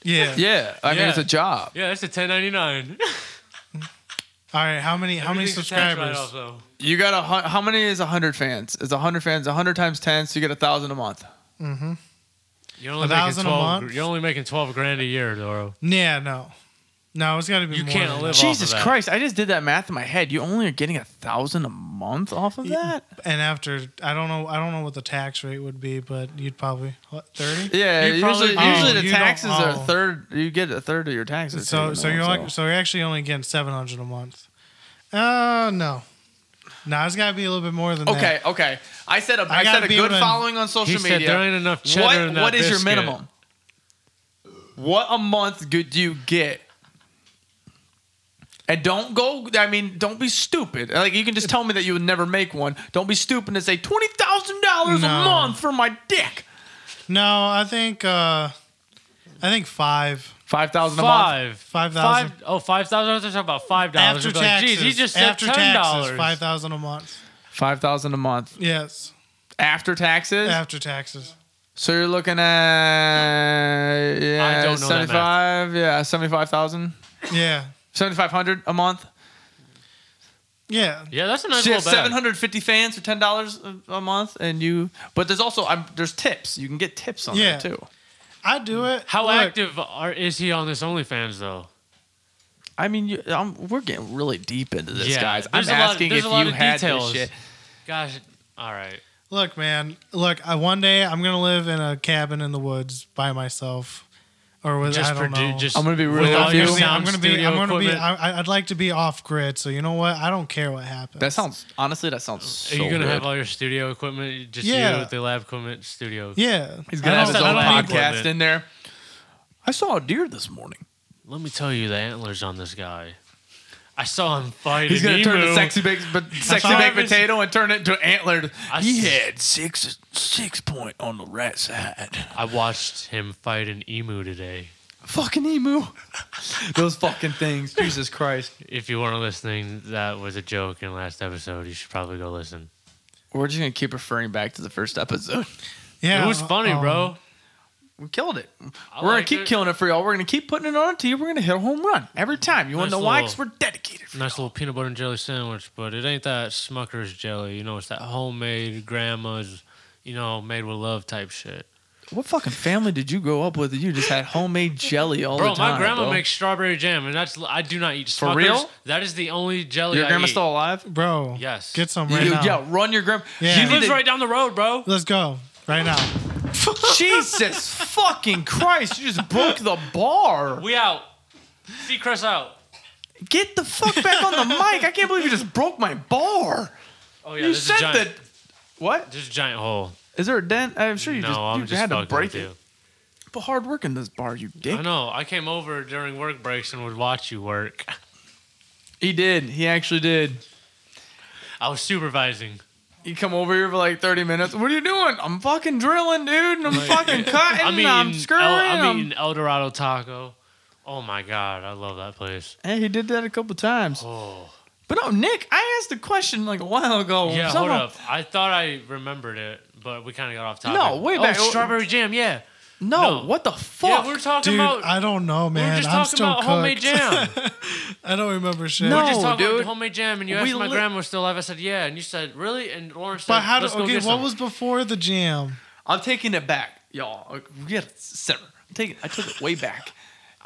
C: Yeah.
B: yeah, I mean
A: Yeah.
B: it's a job.
A: Yeah, that's a ten ninety nine.
C: All right. How many? How many subscribers?
A: though.
B: You got a hun- how many is hundred fans? Is hundred fans hundred times ten? So you get a thousand a month.
A: You're only
C: A
A: making
C: thousand a
A: twelve.
C: month?
A: You're only making twelve grand a year, Doro.
C: Yeah. No. No, it's got to be.
A: You
C: more
A: can't
C: than
A: live off
C: that.
B: Jesus
A: of that.
B: Christ! I just did that math in my head. You only are getting a thousand a month off of that.
C: And after, I don't know. I don't know what the tax rate would be, but you'd probably what thirty.
B: Yeah,
A: You
B: usually,
A: probably-
B: usually
C: Oh,
B: the
C: you don't-
B: taxes are a
C: oh.
B: third. You get a third of your taxes.
C: So
B: taken
C: so
B: out,
C: you're like so you're actually only getting seven hundred a month. Uh no. No, it's gotta be a little bit more than
B: Okay,
C: that.
B: okay. I said a,
C: I
B: I said
C: gotta
B: a
C: be
B: good
C: when-
B: following on social
A: He
B: media.
A: said there ain't enough cheddar
B: What
A: in that
B: what is your
A: biscuit.
B: minimum? What a month could you get? And don't go. I mean, don't be stupid. Like you can just tell me that you would never make one. Don't be stupid and say twenty thousand dollars a
C: No.
B: month for my dick.
C: No, I think uh I think five.
B: Five thousand a month.
A: Five.
C: Five
A: Five.
C: thousand.
A: Oh, five thousand. I was talking about five dollars.
C: After
A: I'd be like,
C: taxes,
A: Geez, he just said
C: after
A: ten
C: taxes,
A: dollars.
C: five thousand a month.
B: Five thousand a month
C: Yes,
B: after taxes.
C: after taxes.
B: So you're looking at yeah,
A: don't know that math.
B: seventy-five. Yeah, seventy-five thousand.
C: Yeah,
B: Seventy-five hundred a month.
C: yeah.
A: Yeah, that's a nice
B: So you have
A: little bag.
B: seven hundred fifty fans for ten dollars a month, and you. But there's also I'm, there's tips. You can get tips on
C: Yeah.
B: there too.
C: I do it.
A: How
C: Look,
A: active are, is he on this OnlyFans though?
B: I mean, you, i we're getting really deep into this,
A: Yeah,
B: guys. I'm
A: there's a lot-
B: asking
A: there's
B: if
A: a lot
B: you
A: of
B: had
A: details.
B: this shit.
A: Gosh, all right.
C: Look, man. Look, I, one day I'm gonna live in a cabin in the woods by myself, or with
A: Just
C: I don't
A: produ-
C: know.
A: just
B: I'm gonna be
A: with
B: real
A: all
B: with
C: I'm
A: your
B: you.
C: gonna be- I'm
A: sound
C: gonna be. I'm
A: studio
C: gonna be.
A: equipment.
C: I, I'd like to be off grid. So you know what? I don't care what happens.
B: That sounds honestly. That sounds. So
A: Are you gonna
B: good.
A: have all your studio equipment? Just
C: Yeah.
A: you with the lab equipment, studio.
C: Yeah.
B: He's
A: I
B: gonna have
A: don't-
B: his
A: I
B: own
A: don't need
B: podcast
A: equipment.
B: in there. I saw a deer this morning.
A: Let me tell you the antlers on this guy. I saw him fight
B: He's
A: an
B: gonna turn
A: emu.
B: the sexy baked, but sexy
C: saw
B: baked
A: him as-
B: potato and turn it into an antler.
A: I
B: he
A: s-
B: had six six point on the right side.
A: I watched him fight an emu today.
B: Fucking emu. Those fucking things. Jesus Christ.
A: If you weren't listening, that was a joke in last episode. You should probably go listen.
B: We're just gonna keep referring back to the first episode.
C: Yeah.
A: it was funny,
C: um,
A: bro.
B: We killed it.
A: I
B: We're gonna
A: liked
B: keep
A: it.
B: killing it for y'all. We're gonna keep putting it on to you. We're gonna hit a home run every time. You wanna
A: Nice
B: know why?
A: little-
B: Because we're dedicated. For
A: Nice little peanut butter and jelly sandwich, but it ain't that Smucker's jelly. You know, it's that homemade grandma's, you know, made with love type shit.
B: What fucking family did you grow up with? that You just had homemade jelly all
A: Bro,
B: the time.
A: my grandma
B: bro?
A: makes strawberry jam, and that's I do not eat
B: For
A: Smucker's.
B: real?
A: That is the only jelly.
B: Your
A: I
B: grandma's
A: eat.
B: still alive?
C: Bro.
A: Yes.
C: Get some
B: You-
C: right now.
B: Yeah, run your grandma.
C: Yeah.
A: She
C: You
A: lives
B: to-
A: right down the road, bro.
C: Let's go right now.
B: Jesus fucking Christ! You just broke the bar.
A: We out. Seacrest out.
B: Get the fuck back on the mic! I can't believe you just broke my bar.
A: Oh yeah,
B: you
A: there's
B: said
A: a giant,
B: that. What?
A: There's a giant hole.
B: Is there a dent? I'm sure you
A: no,
B: just
A: I'm
B: you
A: just
B: had to
A: fucking
B: break
A: with
B: it.
A: you.
B: Put hard work in this bar, you dick.
A: I know. I came over during work breaks and would watch you work.
B: He did. He actually did.
A: I was supervising.
B: You come over here for like 30 minutes. What are you doing? I'm fucking drilling, dude. And I'm fucking cutting.
A: I'm
B: I'm,
A: eating,
B: screwing.
A: El, I'm
B: I'm-
A: eating El Dorado taco. Oh my god, I love that place.
B: Hey, he did that a couple times.
A: Oh
B: But no, Nick, I asked the question like a while ago.
A: yeah, hold
B: Somehow-
A: up. I thought I remembered it, but we kind of got off topic.
B: No, way
A: oh,
B: back-
A: Strawberry jam, yeah.
B: No,
A: No.
B: what the
A: Yeah,
B: fuck?
A: we we're talking
C: Dude,
A: about.
C: I don't know,
A: we
C: man.
A: we're just
C: I'm
A: talking
C: still
A: about
C: cooked.
A: homemade jam.
C: I don't remember shit.
A: We
B: No.
A: were just talking
B: dude.
A: about homemade jam, and you asked
B: We
A: my
B: li-
A: grandma was still alive. I said, "Yeah," and you said, "Really?" And Lauren said,
C: But how? Do,
A: Let's go
C: okay,
A: get
C: what
A: some.
C: was before the jam?
B: I'm taking it back, y'all. We gotta simmer. I'm taking, I took it way back,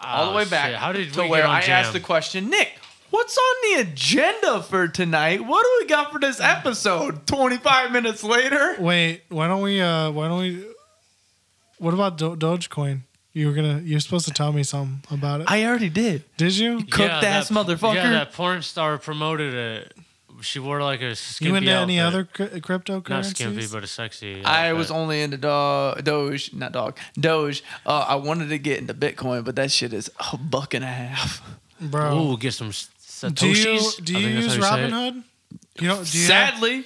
B: all the
A: Oh,
B: way back.
A: shit. How did
B: to
A: we
B: where
A: get on
B: I
A: jam?
B: asked the question, Nick? What's on the agenda for tonight? What do we got for this
A: Mm.
B: episode? 25 minutes later.
C: Wait, why don't we? uh Why don't we? What about Do- Dogecoin? You were gonna. You're supposed to tell me something about it.
B: I already did.
C: Did you?
B: cooked ass motherfucker.
A: Yeah, that porn star promoted it. She wore like a skimpy
C: You into any
A: outfit.
C: other cri- cryptocurrencies?
A: Not skimpy, but a sexy.
B: I
A: outfit.
B: was only into dog, Doge, not dog, Doge. Uh, I wanted to get into Bitcoin, but that shit is a buck and a half.
C: bro.
A: Ooh, get some s-
C: do you
A: satoshis.
C: do
A: I
C: you
A: think that's
C: use
A: how you say it.
C: Robinhood? You don't. Do you have,
B: Sadly,
C: do you,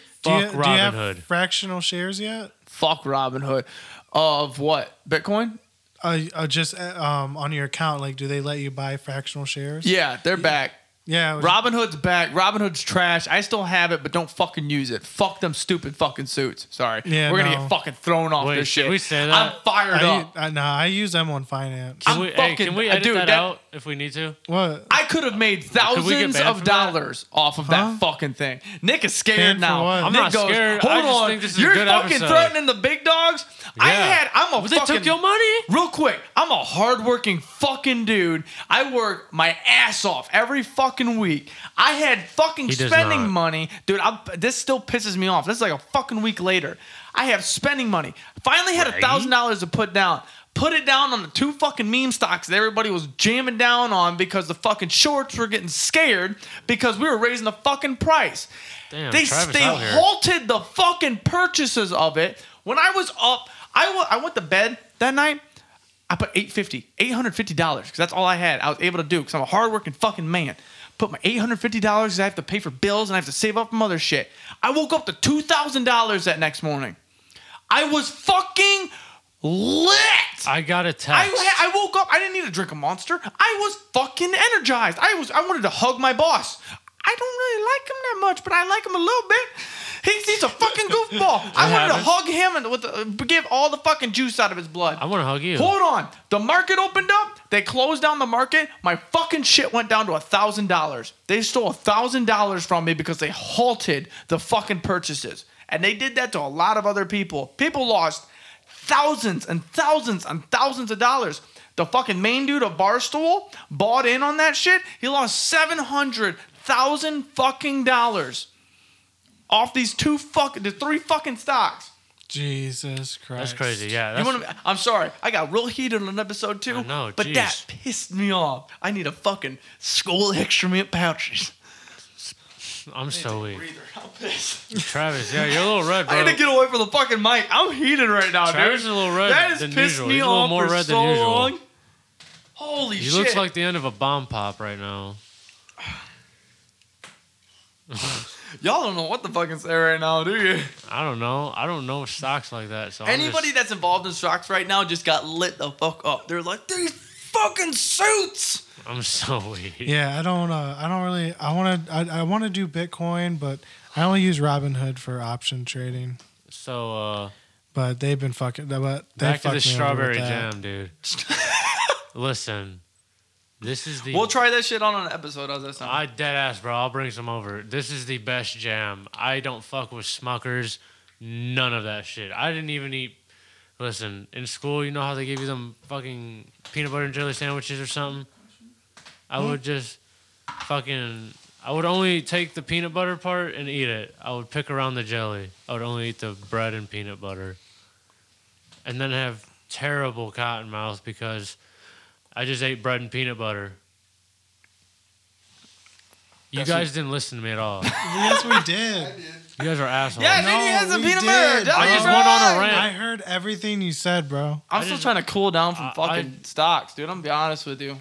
A: Fuck
C: do you have
A: Robinhood.
C: fractional shares yet?
B: fuck Robinhood. Of what? Bitcoin?
C: Uh, uh, just uh, um, on your account, like, do they let you buy fractional shares?
B: Yeah, they're back.
C: Yeah, it was-
B: Robin Hood's back. Robin Hood's trash. I still have it, but don't fucking use it. Fuck them stupid fucking suits. Sorry.
C: Yeah,
B: We're
C: no.
B: gonna get fucking thrown off
A: Wait,
B: this
A: should
B: shit.
A: we say that?
B: I'm fired
C: I, u-
B: up.
C: I, nah, I use M1 Finance.
A: Can
B: I'm
A: we, hey,
B: fucking-
A: can we
B: uh,
A: edit
B: dude,
A: that,
B: that-
A: out if we need to?
C: What?
B: I could have made
A: we get
B: thousands
A: banned
B: of
A: from that?
B: dollars off of
C: Huh?
B: that fucking thing. Nick is scared
C: Banned for
B: now.
C: what? I'm
B: Nick
A: not
B: goes,
A: scared. I
B: Hold
A: just
B: on.
A: think this is a
B: You're
A: good
B: fucking
A: episode."
B: threatening the big dogs. I
A: Yeah.
B: had. I'm a
A: Well, they
B: fucking.
A: took your money.
B: Real quick, I'm a hardworking fucking dude. I work my ass off every fucking week. I had fucking
A: does
B: spending
A: not.
B: money, dude. I'm, this still pisses me off. This is like a fucking week later. I have spending money. Finally had a
A: Right?
B: thousand dollars to put down. Put it down on the two fucking meme stocks that everybody was jamming down on because the fucking shorts were getting scared because we were raising the fucking price.
A: Damn,
B: they
A: Travis
B: they
A: out here.
B: halted the fucking purchases of it. When I was up, I wa- I went to bed that night. I put 850 $850 because that's all I had. I was able to do because I'm a hardworking fucking man. Put my $850 because I have to pay for bills and I have to save up from other shit. I woke up to $2,000 that next morning. I was fucking lit.
A: I got a
B: I,
A: text.
B: I woke up. I didn't need to drink a monster. I was fucking energized. I was. I wanted to hug my boss. I don't really like him that much, but I like him a little bit. He's, he's a fucking goofball. I wanted to
A: happens.
B: hug him and with the, give all the fucking juice out of his blood.
A: I want to hug you.
B: Hold on. The market opened up. They closed down the market. My fucking shit went down to a thousand dollars. They stole a thousand dollars from me because they halted the fucking purchases. And they did that to a lot of other people. People lost thousands and thousands and thousands of dollars. The fucking main dude of Barstool bought in on that shit. He lost seven hundred thousand fucking dollars off these two fucking the three fucking stocks.
C: Jesus Christ.
A: That's crazy. Yeah.
B: You
A: That's,
B: want to, I'm sorry. I got real heated on episode two.
A: I know,
B: but
A: jeez.
B: that pissed me off. I need a fucking school excrement pouches.
A: I'm so weak.
B: Breather. I'm pissed.
A: Travis, yeah, you're a little red, bro.
B: I need to get away from the fucking mic. I'm heated right now,
A: Travis
B: dude.
A: is a little red
B: that has
A: than
B: pissed
A: usual.
B: me
A: He's a little
B: off
A: more
B: for
A: red
B: so
A: than usual.
B: long. Holy
A: he
B: shit!
A: looks like the end of a bomb pop right now.
B: y'all don't know what the fucking say right now, do you?
A: I don't know. I don't know stocks like that. So I'm
B: Anybody
A: just-
B: that's involved in stocks right now just got lit the fuck up. They're like these fucking suits.
A: I'm so weak.
C: Yeah, I don't. Uh, I don't really. I want to. I, I want to do Bitcoin, but I only use Robinhood for option trading.
A: So uh,
C: But they've been fucking. But they
A: back to
C: fucked
A: the
C: me over with
A: strawberry
C: that.
A: jam, dude. Listen, this is the
B: We'll try that shit on an episode. How's that sound?
A: I dead ass, bro. I'll bring some over. This is the best jam. I don't fuck with Smuckers. None of that shit. I didn't even eat. Listen, in school, you know how they give you them fucking peanut butter and jelly sandwiches or something. I would just fucking. I would only take the peanut butter part and eat it. I would pick around the jelly. I would only eat the bread and peanut butter. And then have terrible cotton mouth because I just ate bread and peanut butter. You
B: That's
A: guys didn't listen to me at all. You
C: Yes, we did.
A: guys are assholes.
B: yeah,
C: No,
B: dude, he has a
C: we
B: peanut butter.
C: did,
B: Jelly
A: I just
B: roll.
A: went on a rant.
C: I heard everything you said, bro.
B: I'm
A: I
B: still
A: didn't-
B: trying to cool down from
A: I-
B: fucking stocks, dude. I'm gonna be honest with you.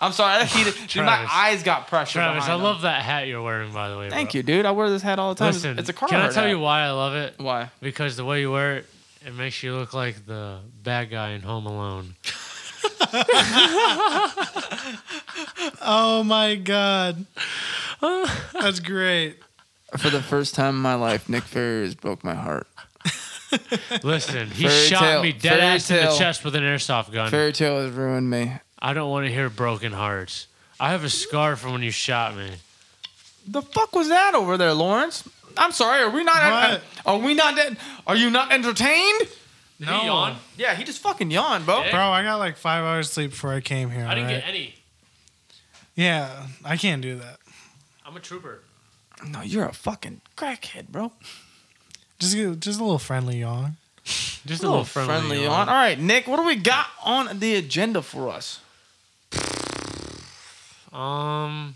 B: I'm sorry, I heated. dude, my
A: Travis.
B: eyes got pressure.
A: Travis, I
B: behind
A: love that hat you're wearing, by the way.
B: Them. Thank
A: bro.
B: you, dude. I wear this hat all the time. It's-
A: Listen,
B: it's a car.
A: can I tell you why I love it?
B: why?
A: Because the way you wear it, it makes you look like the bad guy in Home Alone.
C: Oh my god, that's great.
B: For the first time in my life, Nick Ferriers broke my heart.
A: Listen, he
B: Fairy
A: shot
B: tale,
A: me dead
B: fairy
A: ass in the
B: tale.
A: chest with an airsoft gun.
B: tale has ruined me.
A: I don't want to hear broken hearts. I have a scar from when you shot me.
B: The fuck was that over there, Lawrence? I'm sorry. Are we not? uh,
C: What?
B: Are we not? Are you not entertained?
A: Did
C: No.
A: he yawn?
B: Yeah, he just fucking yawned, bro.
A: Yeah.
C: Bro, I got like five hours sleep before I came here.
A: I didn't
C: alright?
A: get any.
C: yeah, I can't do that.
A: I'm a trooper.
B: No, you're a fucking crackhead, bro.
C: Just, get- just a little friendly yawn.
A: Just a little, friendly, yawn.
B: All right, Nick. What do we got on the agenda for us?
A: Um,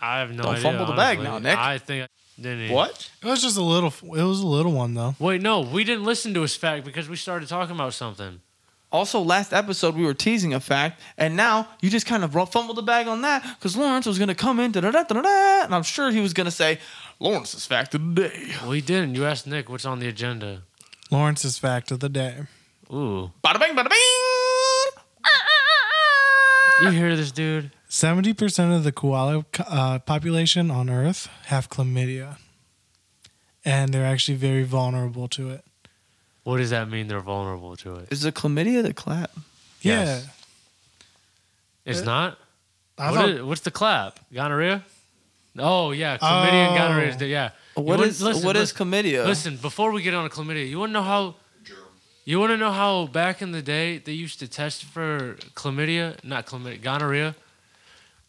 A: I have no
B: Don't
A: idea.
B: fumble the bag
A: honestly.
B: now, Nick.
A: I think I didn't. he?
B: What?
C: It was just a little. It was a little one though.
A: Wait, no, we didn't listen to his fact because we started talking about something.
B: Also, last episode we were teasing a fact, and now you just kind of ru- fumbled the bag on that because Lawrence was gonna come in, da da da da da, and I'm sure he was gonna say Lawrence's fact of the day.
A: We didn't. You asked Nick what's on the agenda.
C: Lawrence's fact of the day.
A: Ooh,
B: Bada bing, bada bing.
A: you hear this, dude?
C: Seventy percent of the koala uh, population on Earth have chlamydia, and they're actually very vulnerable to it.
A: What does that mean? They're vulnerable to it.
B: Is the chlamydia the clap?
A: Yes.
C: Yeah,
A: It's
C: Uh,
A: not.
C: I
A: What
C: thought
A: is- what's the clap? Gonorrhea. Oh yeah, chlamydia and gonorrhea. Is
C: Oh.
A: the, yeah. You
B: What
A: wouldn't-
B: is what is chlamydia?
A: Listen, before we get on a chlamydia, you want to know how? You want to know how back in the day they used to test for chlamydia, not chlamydia, gonorrhea.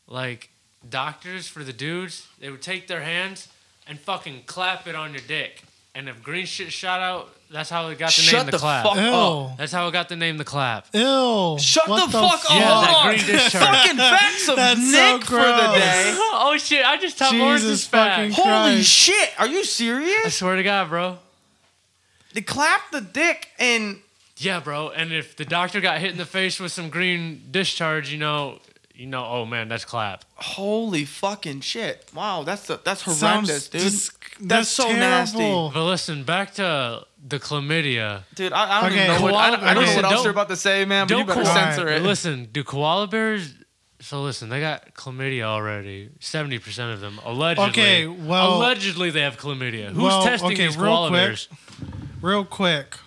A: Like doctors for the dudes, they would take their hands and fucking clap it on your dick, and if green shit shot out, that's how it got the name
B: Shut
A: the,
B: the
A: clap.
B: fuck-
C: ill.
A: That's how it got the name the clap.
C: Ill.
B: Oh. Shut
C: What
B: the, fuck up!
A: Yeah, that
B: Hold on.
A: green discharge.
B: Fucking facts of
C: That's so
B: Nick for the
C: gross.
B: day.
A: oh shit! I just told
C: Jesus
A: Lawrence's fact.
C: fucking-
B: Holy
C: Christ.
B: shit! Are you
A: I
B: serious?
A: swear to God, bro.
B: They clap the dick and
A: Yeah, bro. And if the doctor got hit in the face with some green discharge, you know, you know, oh man, that's clap.
B: Holy fucking shit! Wow, that's the, that's horrendous,
C: Sounds
B: dude.
C: dis-
B: that's so
C: terrible.
A: But listen, back to the chlamydia.
B: Dude, I, I don't
C: Okay,
B: even know what I, don't- I don't know
A: listen,
B: what else
A: don't-
B: you're about to say, man. But you
A: Don't
B: better
A: koala-
B: censor it.
A: Listen, do koala bears? So listen, they got chlamydia already. Seventy percent of them allegedly.
C: Okay, well-
A: allegedly they have chlamydia. Who's
C: Well,
A: testing
C: okay,
A: these
C: real
A: koala
C: quick.
A: bears?
C: Real quick,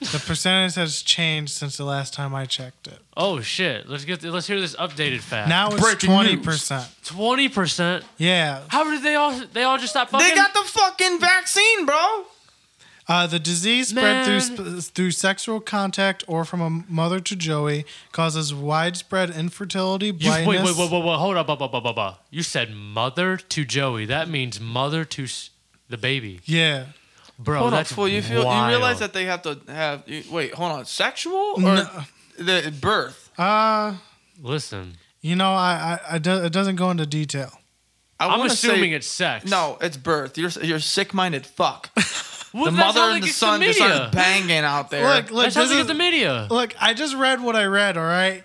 C: the percentage has changed since the last time I checked it.
A: Oh shit! Let's get let's hear this updated fact.
C: Now it's
B: Breaking news.
C: twenty percent.
A: twenty percent.
C: Yeah,
A: How did they all? They all just stop fucking.
B: They got the fucking vaccine, bro.
C: Uh, the disease spread through,
A: Man.
C: sp- through sexual contact or from a mother to Joey causes widespread infertility,
A: You, wait, wait,
C: blindness.
A: wait, wait, wait, hold up, up, up, up, up, up. You said mother to Joey. That means mother to s- the baby,
C: Yeah.
A: bro.
B: hold on,
A: that's
B: fool. You feel
A: wild.
B: you realize that they have to have you, wait. Hold on, sexual or
C: No.
B: the birth?
C: Uh,
A: Listen,
C: you know, I, I, I do, it doesn't go into detail.
B: I
A: I'm
B: wanna
A: assuming
B: say,
A: it's sex.
B: No, it's birth. You're you're sick minded fuck.
A: Well,
B: the
A: that's how
B: mother
A: they
B: and the
A: get
B: son just
A: chlamydia.
B: started banging out there.
C: Look, look,
A: That's how
C: this
A: they
C: is,
A: get the media.
C: look, I just read what I read, all right?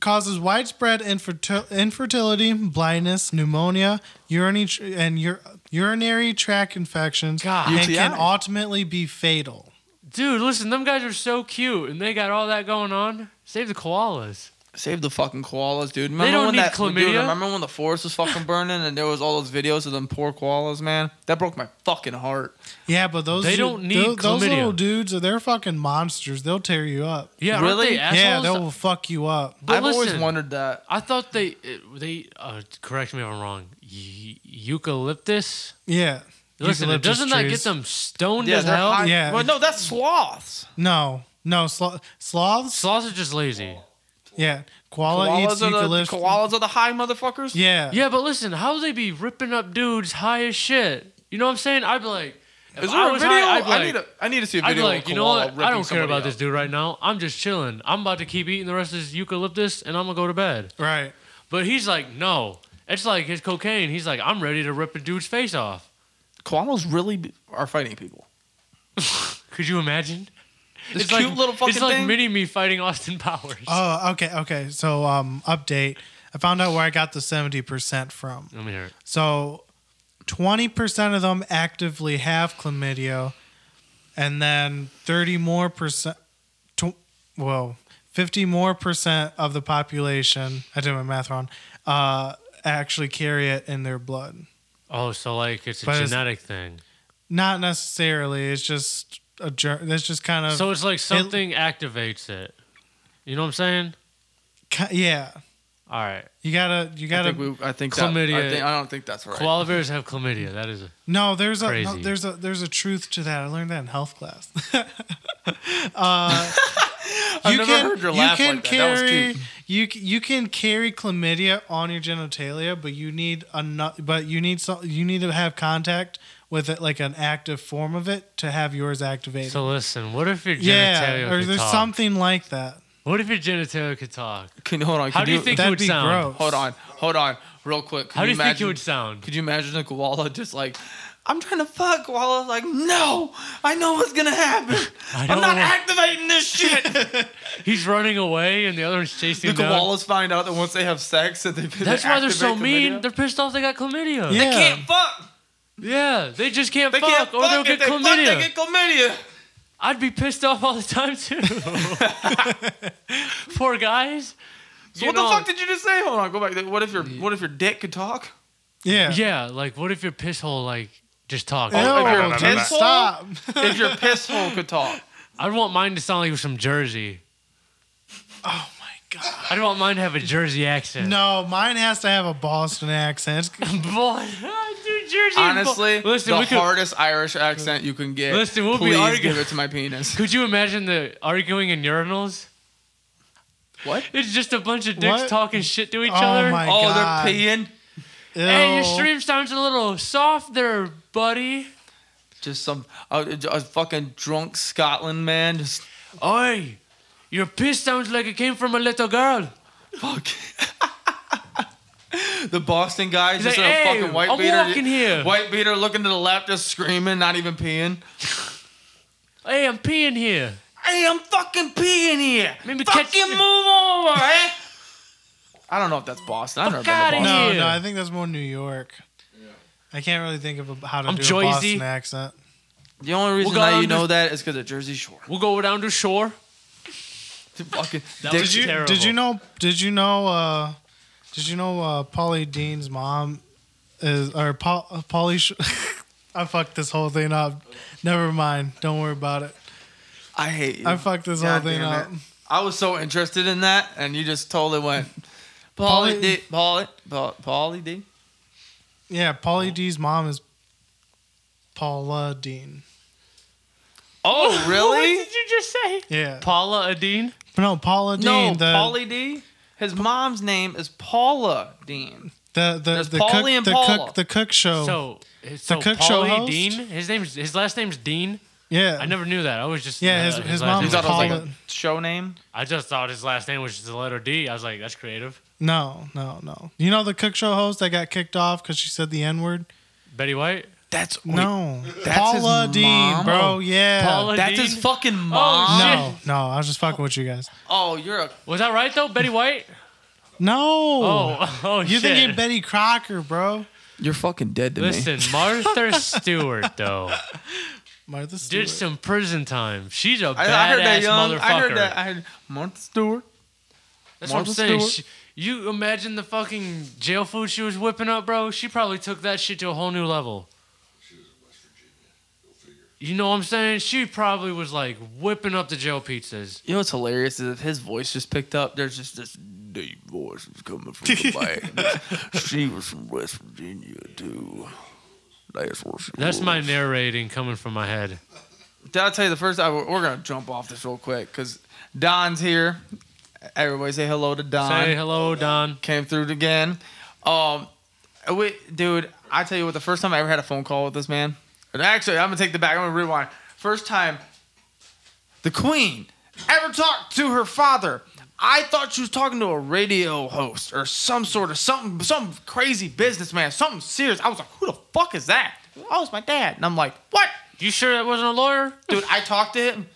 C: Causes widespread infertil- infertility, blindness, pneumonia, urinary tr- and ur- urinary tract infections,
A: God.
C: and
B: UTI.
C: can ultimately be fatal.
A: Dude, listen, them guys are so cute and they got all that going on. Save the koalas.
B: Save the fucking koalas, dude. Remember
A: don't
B: when
A: need
B: that Dude,
A: chlamydia.
B: remember when the forest was fucking burning and there was all those videos of them poor koalas, man? That broke my fucking heart.
C: Yeah, but those
A: They
C: du-
A: don't need
C: tho- those
A: chlamydia.
C: little dudes are they're fucking monsters. They'll tear you up.
A: Yeah, aren't
B: Really?
A: they
C: Yeah,
A: assholes?
C: they will fuck you up.
A: But
B: I've
A: listen,
B: always wondered that.
A: I thought they uh, they uh, correct me if I'm wrong. Y- eucalyptus.
C: Yeah.
A: Listen,
C: Eucalyptus
A: doesn't that get
C: trees.
A: them stoned
B: Yeah,
A: as
B: they're
A: hell?
B: high-
C: Yeah.
B: Well, no, that's sloths.
C: No, no slo- sloths.
A: Sloths are just lazy.
C: yeah, koala eats
B: Koalas are, the,
C: eucalyptus.
B: koalas are the high motherfuckers.
C: yeah,
A: Yeah, but listen, how they be ripping up dudes high as shit? You know what I'm saying? I'd be like, if
B: Is
A: I
B: there a
A: was
B: video?
A: high,
B: I,
A: I'd be like,
B: need to. I need to see a
A: I'd be
B: video.
A: like,
B: of a
A: you know
B: koala
A: what? I
B: ripping
A: don't care
B: somebody
A: about
B: up.
A: this dude right now. I'm just chilling. I'm about to keep eating the rest of this eucalyptus and I'm gonna go to bed.
C: Right.
A: But he's like, no. It's like his cocaine. He's like, I'm ready to rip a dude's face off.
B: Koalas really be- are fighting people.
A: Could you imagine?
B: This cute little fucking
A: It's like
B: thing.
A: mini me fighting Austin Powers.
C: Oh, okay, okay. So, um, update. I found out where I got the seventy percent from.
A: Let me hear it.
C: So, twenty percent of them actively have chlamydia, and then thirty more percent. Tw- well, fifty more percent of the population. I did my math wrong. Uh, actually carry it in their blood.
A: Oh, so like it's a
C: But it's-
A: genetic thing.
C: Not necessarily. It's just a germ. That's just kind of.
A: So it's like something activates it. You know what I'm saying?
C: ki- yeah.
A: All right.
C: You gotta, you
B: I
C: gotta.
B: think, we, I, think that, I,
A: Chlamydia.
B: think- I don't think that's right.
A: Koala bears have chlamydia. That is. A,
C: no, there's a, no,
A: Crazy.
C: there's a, there's a truth to that. I learned that in health class. uh,
B: I've never heard your laugh like that. That was
C: carry,
B: cute.
C: you c- you can carry chlamydia on your genitalia, but you need a nu- but you need some, you need to have contact with it, like an active form of it, to have yours activated.
A: so listen, what if your genitalia
C: yeah, or
A: could
C: there's
A: talk?
C: something like that.
A: What if your genitalia could talk?
B: Can, hold on.
A: How
B: can
A: do you think it
C: That'd
A: would
C: be
A: sound?
C: gross.
B: Hold on. Hold on. Real quick. Could
A: How do you
B: imagine,
A: think it would sound?
B: Could you imagine a koala just like, I'm trying to fuck koala? Like, no, I know what's gonna happen. I'm
A: don't
B: not
A: want-
B: activating this shit. the
A: He's running away and the other one's chasing him. down.
B: koalas find out that once they have sex, that they
A: That's why they're so
B: activate chlamydia.
A: mean. They're pissed off they got chlamydia.
C: Yeah.
A: Yeah,
B: They can't fuck.
A: they just can't
B: They
A: fuck
B: can't
A: or
B: fuck.
A: they'll get
B: if they
A: chlamydia.
B: fuck, they get chlamydia.
A: I'd be pissed off all the time too. Poor guys.
B: So
A: You
B: what
A: know-
B: the fuck did you just say? Hold on, go back. What if your what if your dick could talk?
C: Yeah.
A: Yeah, like what if your piss hole like just talked?
C: Ew,
B: if you're a
C: just
B: pencil-
C: stop.
B: if your piss hole could talk.
A: I'd want mine to sound like it was from Jersey.
C: Oh my god.
A: I'd want mine to have a Jersey accent.
C: No, mine has to have a Boston accent. It's-
A: boy, dude, Jersey. is bo-
B: Honestly,
A: listen,
B: the
A: we could,
B: hardest Irish accent you can get.
A: Listen, we'll be
B: Please
A: arguing-
B: give it to my penis.
A: could you imagine the arguing in urinals?
B: What?
A: It's just a bunch of dicks
C: What?
A: talking shit to each
C: Oh
A: other.
C: my
B: oh,
C: god.
B: they're peeing.
A: Hey, your
C: Ew.
A: stream sounds a little soft there, buddy.
B: Just some a, a fucking drunk Scotland man. Just
A: Oi, your piss sounds like it came from a little girl.
B: fuck. the Boston guy
A: He's
B: just
A: like,
B: in a
A: "Hey,
B: fucking white
A: I'm
B: beater.
A: walking here."
B: White beater looking to the left, just screaming, not even peeing.
A: Hey, I'm peeing here.
B: Hey, I'm fucking peeing here.
A: Maybe
B: fucking
A: catch-
B: move over, eh? I don't know if that's Boston. I've never
A: Fuck outta
B: been to Boston.
C: No,
A: you.
C: no, I think that's more New York. I can't really think of a, how to
A: I'm
C: do
A: Joyzy.
C: a Boston accent.
B: The only reason
A: go
B: that
A: down
B: you
A: to-
B: know that is because of Jersey Shore.
A: We'll go down to shore.
B: Fucking
A: That
B: Dick-
A: was
C: Did you
A: terrible.
C: did you know did you know uh did you know uh Paulie Dean's mom is or Paul uh, Paulie Sh- I fucked this whole thing up. Never mind. Don't worry about it.
B: I hate you.
C: I fucked this
B: God
C: whole thing
B: damn it.
C: up.
B: I was so interested in that, and you just totally went. Paulie
C: Pauly-
B: D. Paulie. Paul- Paulie D.
C: Yeah, Paulie D's mom is Paula Dean.
B: Oh,
A: What
B: really?
A: did you just say?
C: Yeah.
A: Paula Adeen.
C: no, Paula Dean.
B: no,
C: the,
B: Paulie D. His mom's name is Paula Dean.
C: the the,
B: There's
C: the,
B: Paulie
C: cook,
B: and
C: the
B: Paula.
C: cook the cook show.
A: So, so
C: Oh. The cook
A: Pauly
C: show host?
A: Dean. His name's his last name's Dean.
C: yeah.
A: I never knew that. I was just
C: Yeah, his-
A: uh, last
C: his mom
A: name
B: You
C: was
B: thought it was like
C: Paula-
B: a show name?
A: I just thought his last name was just the letter D. I was like, that's creative.
C: No, no, no. You know the cook show host that got kicked off because she said the N word?
A: Betty White.
B: That's
C: No.
B: that's
C: Paula
B: his
C: Dean,
B: mom?
C: bro. Yeah.
A: Paula
B: That's his
A: Dean?
B: fucking mom.
A: shit.
C: No, no. I was just fucking with you guys.
B: Oh, you're a
A: Was that right though? Betty White.
C: No.
A: Oh, oh
C: You're
A: shit.
C: thinking Betty Crocker, bro.
B: you're fucking dead to
A: Listen, Martha Stewart though
C: Martha Stewart.
A: did some prison time. She's a badass
B: I, I heard that young.
A: motherfucker.
B: I heard that. I heard Martha Stewart.
A: That's what
B: Martha
A: I'm saying.
B: Stewart.
A: She, you imagine the fucking jail food she was whipping up, bro? She probably took that shit to a whole new level. You know what I'm saying? She probably was like whipping up the jail pizzas.
B: You know what's hilarious is if his voice just picked up, there's just this deep voice that's coming from the back. she was from West Virginia too. That's where she
A: That's
B: was.
A: my narrating coming from my head.
B: Did I tell you the first? I, we're gonna jump off this real quick because Don's here. Everybody say hello to Don.
A: Say hello, Don.
B: Came through again. Um, we, dude, I tell you what. The first time I ever had a phone call with this man. And actually, I'm gonna take the back. I'm gonna rewind. First time the queen ever talked to her father. I thought she was talking to a radio host or some sort of something, some crazy businessman, something serious. I was like, who the fuck is that? Oh, it's my dad. And I'm like, what?
A: You sure that wasn't a lawyer?
B: Dude, I talked to him.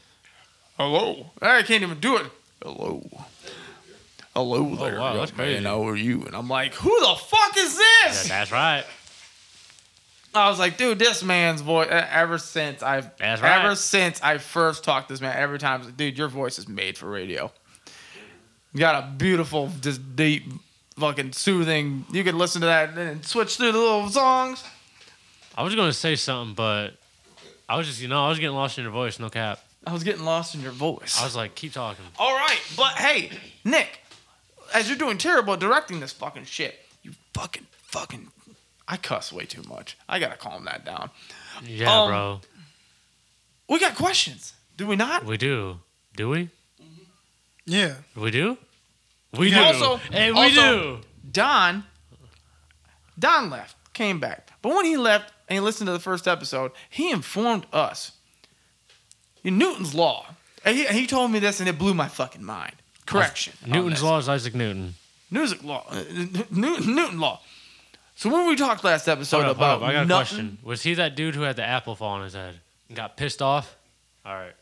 B: Hello. I can't even do it. Hello. Hello there.
A: wow, that's
B: young
A: crazy.
B: Man, how are you? And I'm like, who the fuck is this?
A: That's right.
B: I was like, dude, this man's voice. e-, Ever since I've,
A: That's
B: ever
A: right.
B: since I first talked to this man, every time, I was like, dude, your voice is made for radio. You got a beautiful, just deep, fucking soothing. You could listen to that and then switch through the little songs.
A: I was gonna say something, but I was just, you know, I was getting lost in your voice. No cap.
B: I was getting lost in your voice.
A: I was like, keep talking.
B: All right, but hey, Nick, as you're doing terrible at directing this fucking shit, you fucking fucking. I cuss way too much. I gotta calm that down.
A: Yeah,
B: Um,
A: bro.
B: We got questions, do we not?
A: We do. Do we?
C: yeah.
A: We do. We do.
B: Yeah. Also-
A: and we
B: also-
A: do.
B: Don, Don left, came back, but when he left and he listened to the first episode, he informed us. Newton's law. And he, he told me this, and it blew my fucking mind. Correction. on
A: Newton's
B: this.
A: law is Isaac Newton.
B: Music law. Uh, Newton, Newton law. So when we talked last episode
A: Hold up,
B: about
A: hold up. I got a
B: nothing-
A: question. Was he that dude who had the apple fall on his head and got pissed off? All right.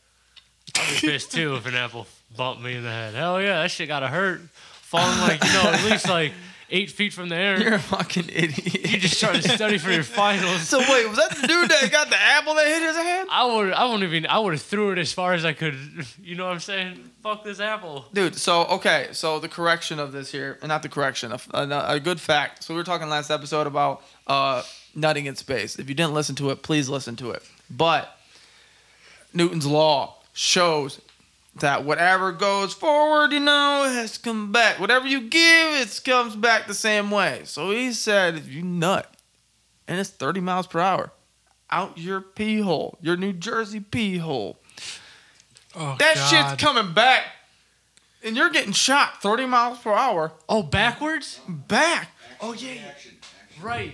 A: I'd be pissed too if an apple bumped me in the head. Hell yeah, that shit gotta hurt. Falling like, you know, at least like eight feet from the air.
B: You're a fucking idiot.
A: You just trying to study for your finals.
B: So wait, was that the dude that got the apple that hit his head?
A: I would I wouldn't even I would have threw it as far as I could you know what I'm saying? Fuck this apple.
B: Dude, so okay, so the correction of this here, and not the correction, a, a, a good fact. So we were talking last episode about uh, nutting in space. If you didn't listen to it, please listen to it. But Newton's law shows that whatever goes forward, you know, has to come back. Whatever you give, it comes back the same way. So he said, if you nut, and it's 30 miles per hour, out your pee hole, your New Jersey pee hole.
C: Oh,
B: That
C: God.
B: shit's coming back. And you're getting shot 30 miles per hour
A: Oh backwards?
B: back.
A: Oh yeah. yeah. Right.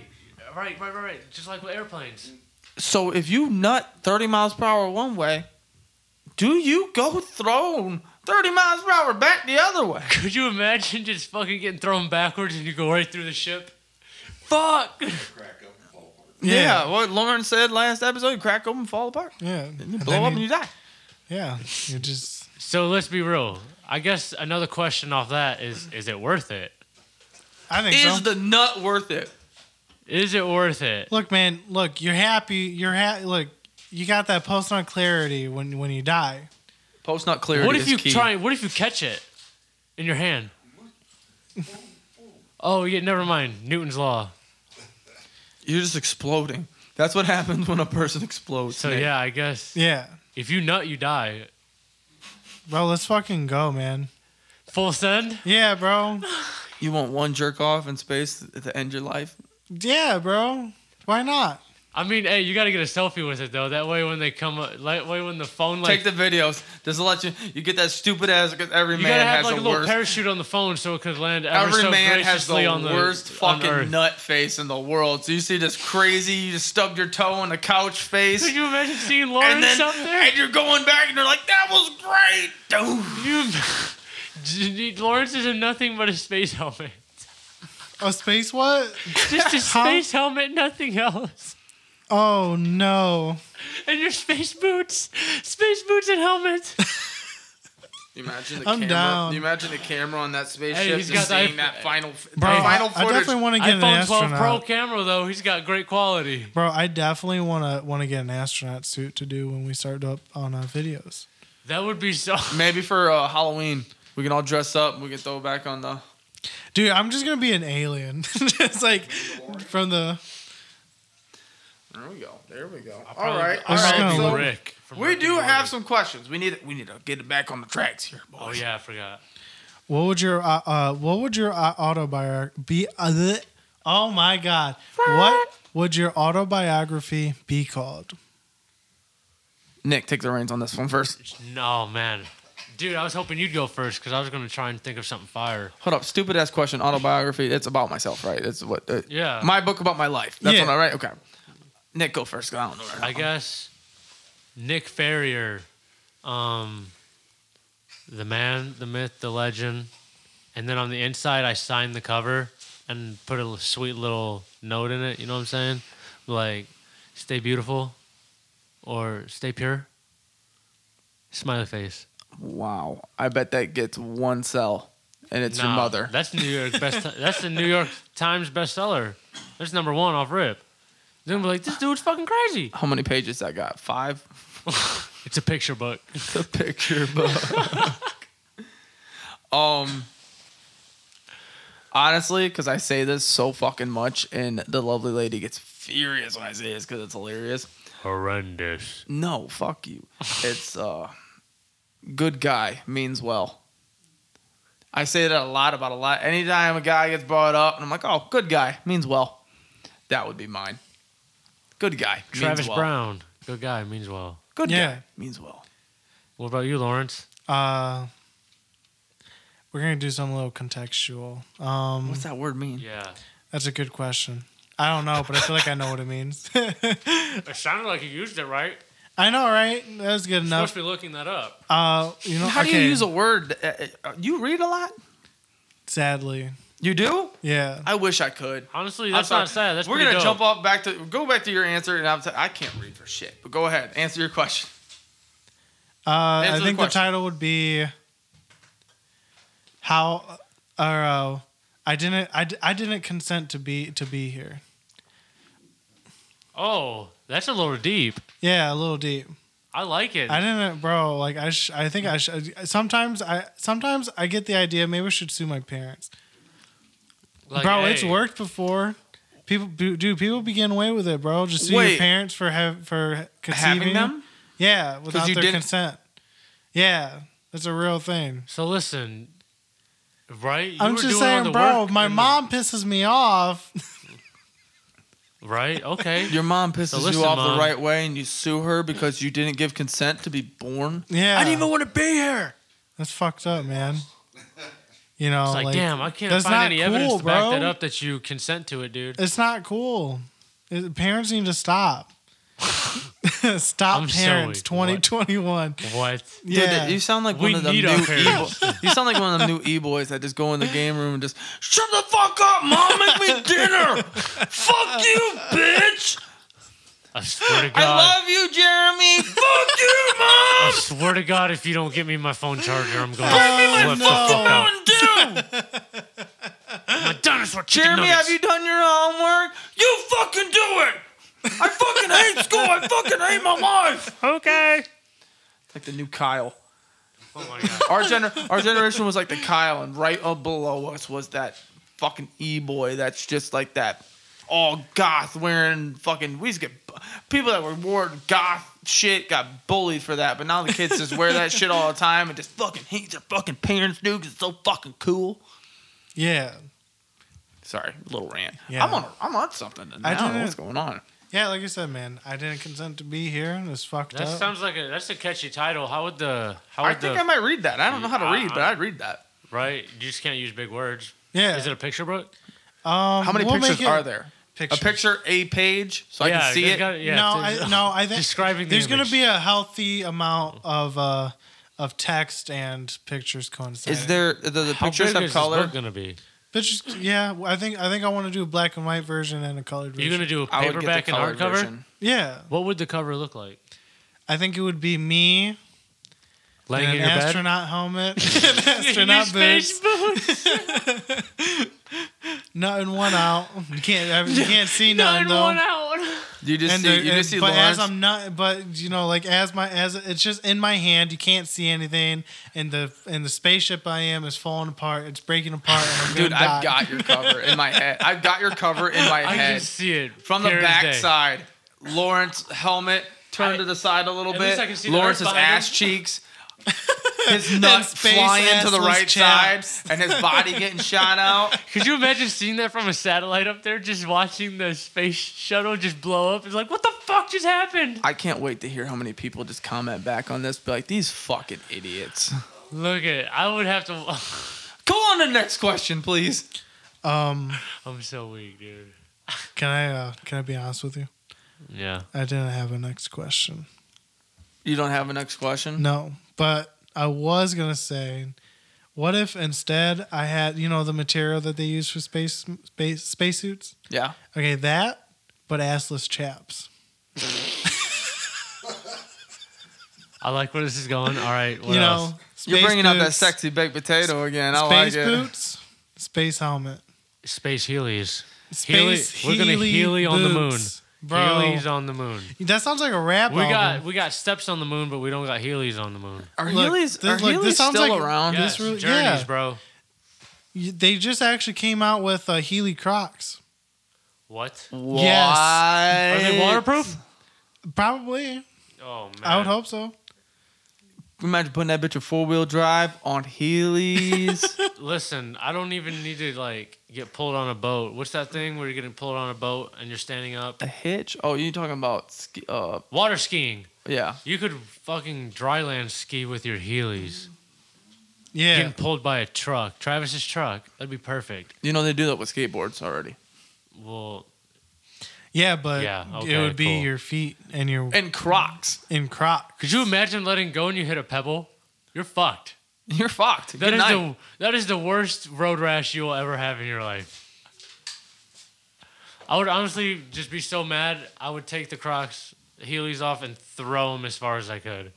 A: Right, right, right, right. Just like with airplanes.
B: So if you nut 30 miles per hour one way, do you go thrown 30 miles per hour back the other way?
A: Could you imagine just fucking getting thrown backwards and you go right through the ship? Fuck!
B: Yeah.
C: Yeah.
B: what Lauren said last episode, you crack open, fall apart.
C: Yeah.
B: And you
C: And
B: blow
C: then
B: up and
C: you-
B: you die.
C: yeah. You just.
A: So let's be real. I guess another question off that is is it worth it?
C: I think so.
B: Is the nut worth it?
A: Is it worth it?
C: look, man. Look, you're happy. You're happy. Look, you got that post on clarity when when you die.
B: Post nut clear.
A: what
B: is
A: if you
B: key.
A: try? What if you catch it in your hand? Oh yeah, never mind. Newton's law.
B: You're just exploding. That's what happens when a person explodes.
A: So
B: Nick.
A: yeah, I guess
C: Yeah,
A: if you nut, you die.
C: bro. Let's fucking go, man.
A: Full send.
C: Yeah, bro.
B: You want one jerk off in space to end your life?
C: Yeah, bro. Why not?
A: I mean, hey, you got to get a selfie with it though. That way, when they come, up- that way when the phone like
B: Take the videos. This will let you. You get that stupid ass because every
A: you gotta
B: man
A: have
B: has
A: like a
B: the
A: little
B: worst.
A: parachute on the phone so it could land ever
B: Every
A: so
B: man has the
A: graciously on the
B: worst
A: on
B: fucking
A: Earth.
B: nut face in the world. So you see this crazy, you just stubbed your toe in a couch face,
A: Could you imagine seeing
B: and
A: Lawrence
B: then
A: up there?
B: and you're going back and you're like, "That was great, dude."
A: You, J- Lawrence is in nothing but a space helmet.
C: A space what?
A: Just a
C: Huh?
A: space helmet, nothing else.
C: Oh no.
A: And your space boots, space boots and helmet.
B: You imagine the
C: I'm
B: camera.
C: down.
B: You imagine the camera on that spaceship
A: Hey, he's
B: just
A: got the
B: seeing
A: iP-
B: that final, f-
C: Bro,
B: that final
C: I, I
B: footage.
C: definitely want to get an
A: iPhone 12
C: astronaut.
A: Pro camera though, he's got great quality.
C: Bro, I definitely want to want to get an astronaut suit to do when we start up on our videos.
A: That would be so.
B: Maybe for uh, Halloween, we can all dress up. We can throw it back on the.
C: Dude, I'm just gonna be an alien. It's like from the
B: There we go. There we go.
A: Probably-
B: All right.
A: I'm
B: All
C: just
B: right.
C: gonna
A: probably
B: So
C: look-
A: Rick. from
B: we
A: Rick and
B: do
A: Morty.
B: have some questions. We need we need to get it back on the tracks here. Boys.
A: Oh yeah, I forgot.
C: what would your uh, uh what would your uh, autobiography be? Uh, bleh. oh my god, what would your autobiography be called?
B: Nick, take the reins on this one first.
A: No man, dude, I was hoping you'd go first because I was gonna try and think of something fire.
B: Hold up. Stupid ass question. Autobiography. It's about myself, right? It's what. Uh,
A: Yeah.
B: My book about my life. That's
C: Yeah.
B: what I write. Okay. Nick, go first. 'cause I don't know. where-
A: I guess Nick Ferrier, um, the man, the myth, the legend. And then on the inside, I signed the cover and put a l- sweet little note in it. You know what I'm saying? Like, stay beautiful or stay pure. Smiley face.
B: Wow. I bet that gets one sell, and it's your
A: Nah,
B: mother.
A: That's New York best. that's the New York Times bestseller. That's number one off rip. They're gonna be like, this dude's fucking crazy.
B: How many pages I got? Five.
A: It's a picture book.
B: the picture book. um, honestly, because I say this so fucking much, and the lovely lady gets furious when I say this because it's hilarious.
A: Horrendous.
B: No, fuck you. It's uh, good guy means well. I say that a lot about a lot. Anytime a guy gets brought up, and I'm like, oh, good guy means well. That would be mine. Good guy. means
A: Travis
B: well.
A: Brown, good guy, means well.
B: Good
C: Yeah.
B: guy means well.
A: What about you, Lawrence?
C: Uh, we're gonna do some little contextual. Um,
B: What's that word mean?
A: Yeah,
C: that's a good question. I don't know, but I feel like I know what it means.
A: it sounded like you used it right.
C: I know, right? That was good enough.
A: Supposed to be looking that up.
C: Uh, you know,
B: How do
C: okay,
B: you use a word? Uh, uh, You read a lot.
C: Sadly,
B: You do?
C: yeah.
B: I wish I could.
A: Honestly,
B: I'm
A: that's
B: sorry.
A: not sad. That's
B: we're
A: pretty
B: gonna
A: dope.
B: jump off back to go back to your answer, and I'm t- I can't read for shit. But go ahead, answer your question.
C: Uh,
B: Answer
C: I
B: the
C: think the,
B: question.
C: title would be how or uh, I didn't I, d- I didn't consent to be to be here.
A: Oh, that's a little deep.
C: Yeah, a little deep.
A: I like it.
C: I didn't, bro. Like I sh- I think I should. Sometimes I sometimes I get the idea. Maybe I should sue my parents,
A: Like,
C: bro. It's
A: hey,
C: worked before. People, do dude, people be getting away with it, bro. Just sue
B: Wait.
C: your parents for have for conceiving
B: Having them,
C: Yeah, without
B: you
C: their
B: didn't-
C: consent. Yeah, that's a real thing.
A: So listen, right? You
C: I'm
A: were
C: just
A: doing all
C: saying,
A: the
C: bro.
A: work
C: if My
A: in the-
C: mom pisses me off.
A: right? Okay.
B: your mom pisses
A: listen,
B: you off
A: Mom.
B: the right way, and you sue her because you didn't give consent to be born.
C: Yeah,
B: I didn't even want to be here.
C: That's fucked up, man. You know,
A: It's like,
C: Oh, like,
A: damn, I can't
C: that's not
A: find any evidence
C: cool,
A: to back
C: bro.
A: that up that you consent to it, dude.
C: It's not cool. It- parents need to stop. stop
A: I'm
C: parents.
A: sorry, what?
C: Twenty twenty one.
A: What?
B: Dude,
C: Yeah.
B: you sound like
A: We
B: one of them
A: need
B: new
A: our
B: e
A: parents.
B: You sound like one of them new e boys that just go in the game room and just shut the fuck up, mom, make me dinner. fuck you, bitch.
A: I swear to God.
B: I love you, Jeremy. fuck you,
A: I
B: mom.
A: swear to God, if you don't get me my phone charger, I'm going
C: Bring me my
A: to flip the fuck out.
B: Mountain Dew.
A: I'm done just want chicken
B: Jeremy,
A: nuggets.
B: have you done your homework? You fucking do it. I fucking hate school. I fucking hate my life.
A: Okay.
B: Like the new Kyle.
A: Oh my god.
B: Our gener- our generation was like the Kyle, and right up below us was that fucking e boy. That's just like that all goth wearing fucking. We used to get bu- people that were wore goth shit got bullied for that, but now the kids just wear that shit all the time and just fucking hate their fucking parents, dude, 'cause it's so fucking cool.
C: Yeah.
B: Sorry, little rant.
C: Yeah.
B: I'm on. A, I'm on something. Now. I
C: I
B: don't know
C: didn't-
B: what's going on.
C: Yeah, like I said, man, I didn't consent to be here. It was fucked
A: That
C: up.
A: sounds like a that's a catchy title. How would the how would
B: I think
A: the
B: I might read that. I don't know how to
A: I-
B: read, but I'd read that.
A: right? You just can't use big words.
C: yeah.
A: Is it a picture book?
C: um,
B: How many
C: we'll
B: pictures
C: make it-
B: are there?
C: Pictures.
B: A picture, a page, so I
A: yeah,
B: can see
A: there's
B: it.
A: gotta- yeah,
C: no,
A: there's-
C: I, no, I think
A: describing the
C: there's going
A: image.
C: to be a healthy amount of uh, of text and pictures coinciding.
B: Is there the, the
A: How
B: pictures
A: big
B: have
A: is
B: color?
A: This book gonna be?
C: Pictures, yeah, well, I think I think I want to do a black and white version and a colored
A: Are
C: version.
A: you gonna do a
B: I would get
A: paperback
B: the
A: and
B: colored
A: hardcover?
B: version.
C: yeah,
A: What would the cover look like?
C: I think it would be me in
A: Laying
C: an
A: in your bed.
C: astronaut helmet, an astronaut boots, nothing one out. You can't have- you can't see none though.
B: You just
C: And
B: see,
C: the-
B: you
C: and-
B: just see
C: but
B: Lawrence.
C: as I'm not, but you know, like as my as it's just in my hand, you can't see anything, and the and the spaceship I am is falling apart. It's breaking apart. And I'm
B: Dude,
C: gonna
B: I've
C: die.
B: got your cover in my head. I've got your cover in my
A: I can
B: head
A: see it
B: from the
A: clear as
B: back
A: day.
B: side. Lawrence helmet turned to the side a little
A: At
B: bit.
A: least I can see the
B: Lawrence's
A: earth behind
B: ass cheeks. His nuts
C: space
B: flying to the
C: assless
B: right
C: chap.
B: side and his body getting shot out.
A: Could you imagine seeing that from a satellite up there, just watching the space shuttle just blow up? It's like, what the fuck just happened?
B: I can't wait to hear how many people just comment back on this. Be like, these fucking idiots.
A: Look at it. I would have to.
B: Go on to the next question, please.
C: Um,
A: I'm so weak, dude.
C: can I uh, can I be honest with you?
A: Yeah.
C: I didn't have a next question.
B: You don't have a next question?
C: No, but I was gonna say, what if instead I had you know the material that they use for space space spacesuits?
B: Yeah.
C: Okay, that, but assless chaps.
A: I like where this is going. All right. What
C: you
A: else?
C: know,
B: You're
C: space
B: bringing up that
C: boots,
B: sexy baked potato again. I
C: space
B: like it.
C: boots, space helmet,
A: Space Heelys.
C: space.
A: we're gonna Healy on the moon.
C: boots. bro.
A: Heelys on the moon.
C: that sounds like a rap.
A: We got
C: album.
A: we got steps on the moon, but we don't got Heelys on the moon.
B: Are
C: Look,
B: Heelys,
C: this-
B: are
C: look,
B: Heelys
C: this sounds
B: still
C: like-
B: around?
C: Yeah. This
A: Yes,
C: really-
A: journeys,
C: yeah.
A: bro.
C: They just actually came out with uh, Healy Crocs.
A: What?
B: What?
C: Yes.
A: Are they waterproof?
C: Probably,
A: Oh man.
C: I would hope so.
B: Imagine putting that bitch in four wheel drive on Heelys.
A: Listen, I don't even need to like get pulled on a boat. What's that thing where you're getting pulled on a boat and you're standing up?
B: a hitch? Oh, you talking about ski? Uh,
A: Water skiing.
B: yeah.
A: You could fucking dryland ski with your Heelys.
C: Yeah,
A: Getting pulled by a truck. Travis's truck. That'd be perfect.
B: You know they do that with skateboards already.
A: Well,
C: yeah, but
A: Yeah,
C: it
A: okay,
C: would be
A: cool.
C: your feet and your
B: And Crocs.
C: in Crocs.
A: could you imagine letting go and you hit a pebble? You're fucked.
B: You're fucked.
A: That
B: Good
A: is
B: night.
A: the that is the worst road rash you will ever have in your life. I would honestly just be so mad. I would take the Crocs Heelys off and throw them as far as I could.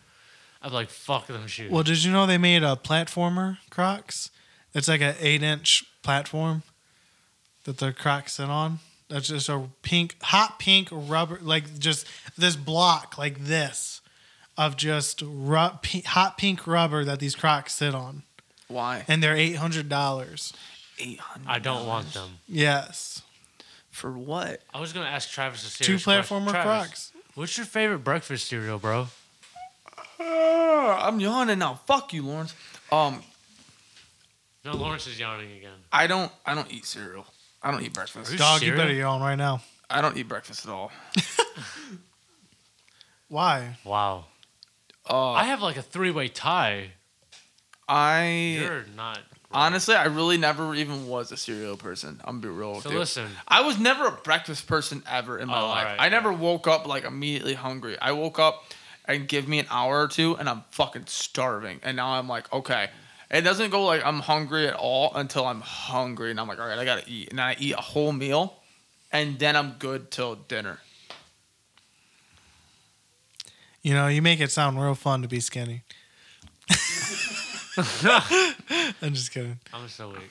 A: I'd be like, "Fuck them shoes."
C: Well, did you know they made a platformer Crocs? It's like an eight-inch platform that the Crocs sit on. That's just a pink, hot pink rubber, like just this block, like this, of just ru- p- hot pink rubber that these Crocs sit on,
B: Why?
C: and they're eight hundred dollars.
B: Eight hundred.
A: I don't want them.
C: Yes,
B: For what?
A: I was gonna ask Travis a
C: two
A: serious question.
C: platformer
A: Travis,
C: Crocs.
A: What's your favorite breakfast cereal, bro?
B: Ah, I'm yawning now. Fuck you, Lawrence. Um,
A: No, Lawrence is yawning again.
B: I don't. I don't eat cereal. I don't eat breakfast.
A: Are you-
C: Dog, you
A: cereal?
C: better yawn right now.
B: I don't eat breakfast at all.
C: Why?
A: Wow.
B: Uh,
A: I have like a three-way tie.
B: I
A: You're not.
B: honestly, I really never even was a cereal person. I'm gonna be real with
A: So
B: you.
A: listen,
B: I was never a breakfast person ever in my
A: Oh,
B: life.
A: alright,
B: I never woke up like immediately hungry. I woke up and give me an hour or two, and I'm fucking starving. And now I'm like, okay. It doesn't go like I'm hungry at all until I'm hungry, and I'm like, all right, I gotta eat, and I eat a whole meal, and then I'm good till dinner.
C: You know, you make it sound real fun to be skinny. I'm just kidding.
A: I'm so weak.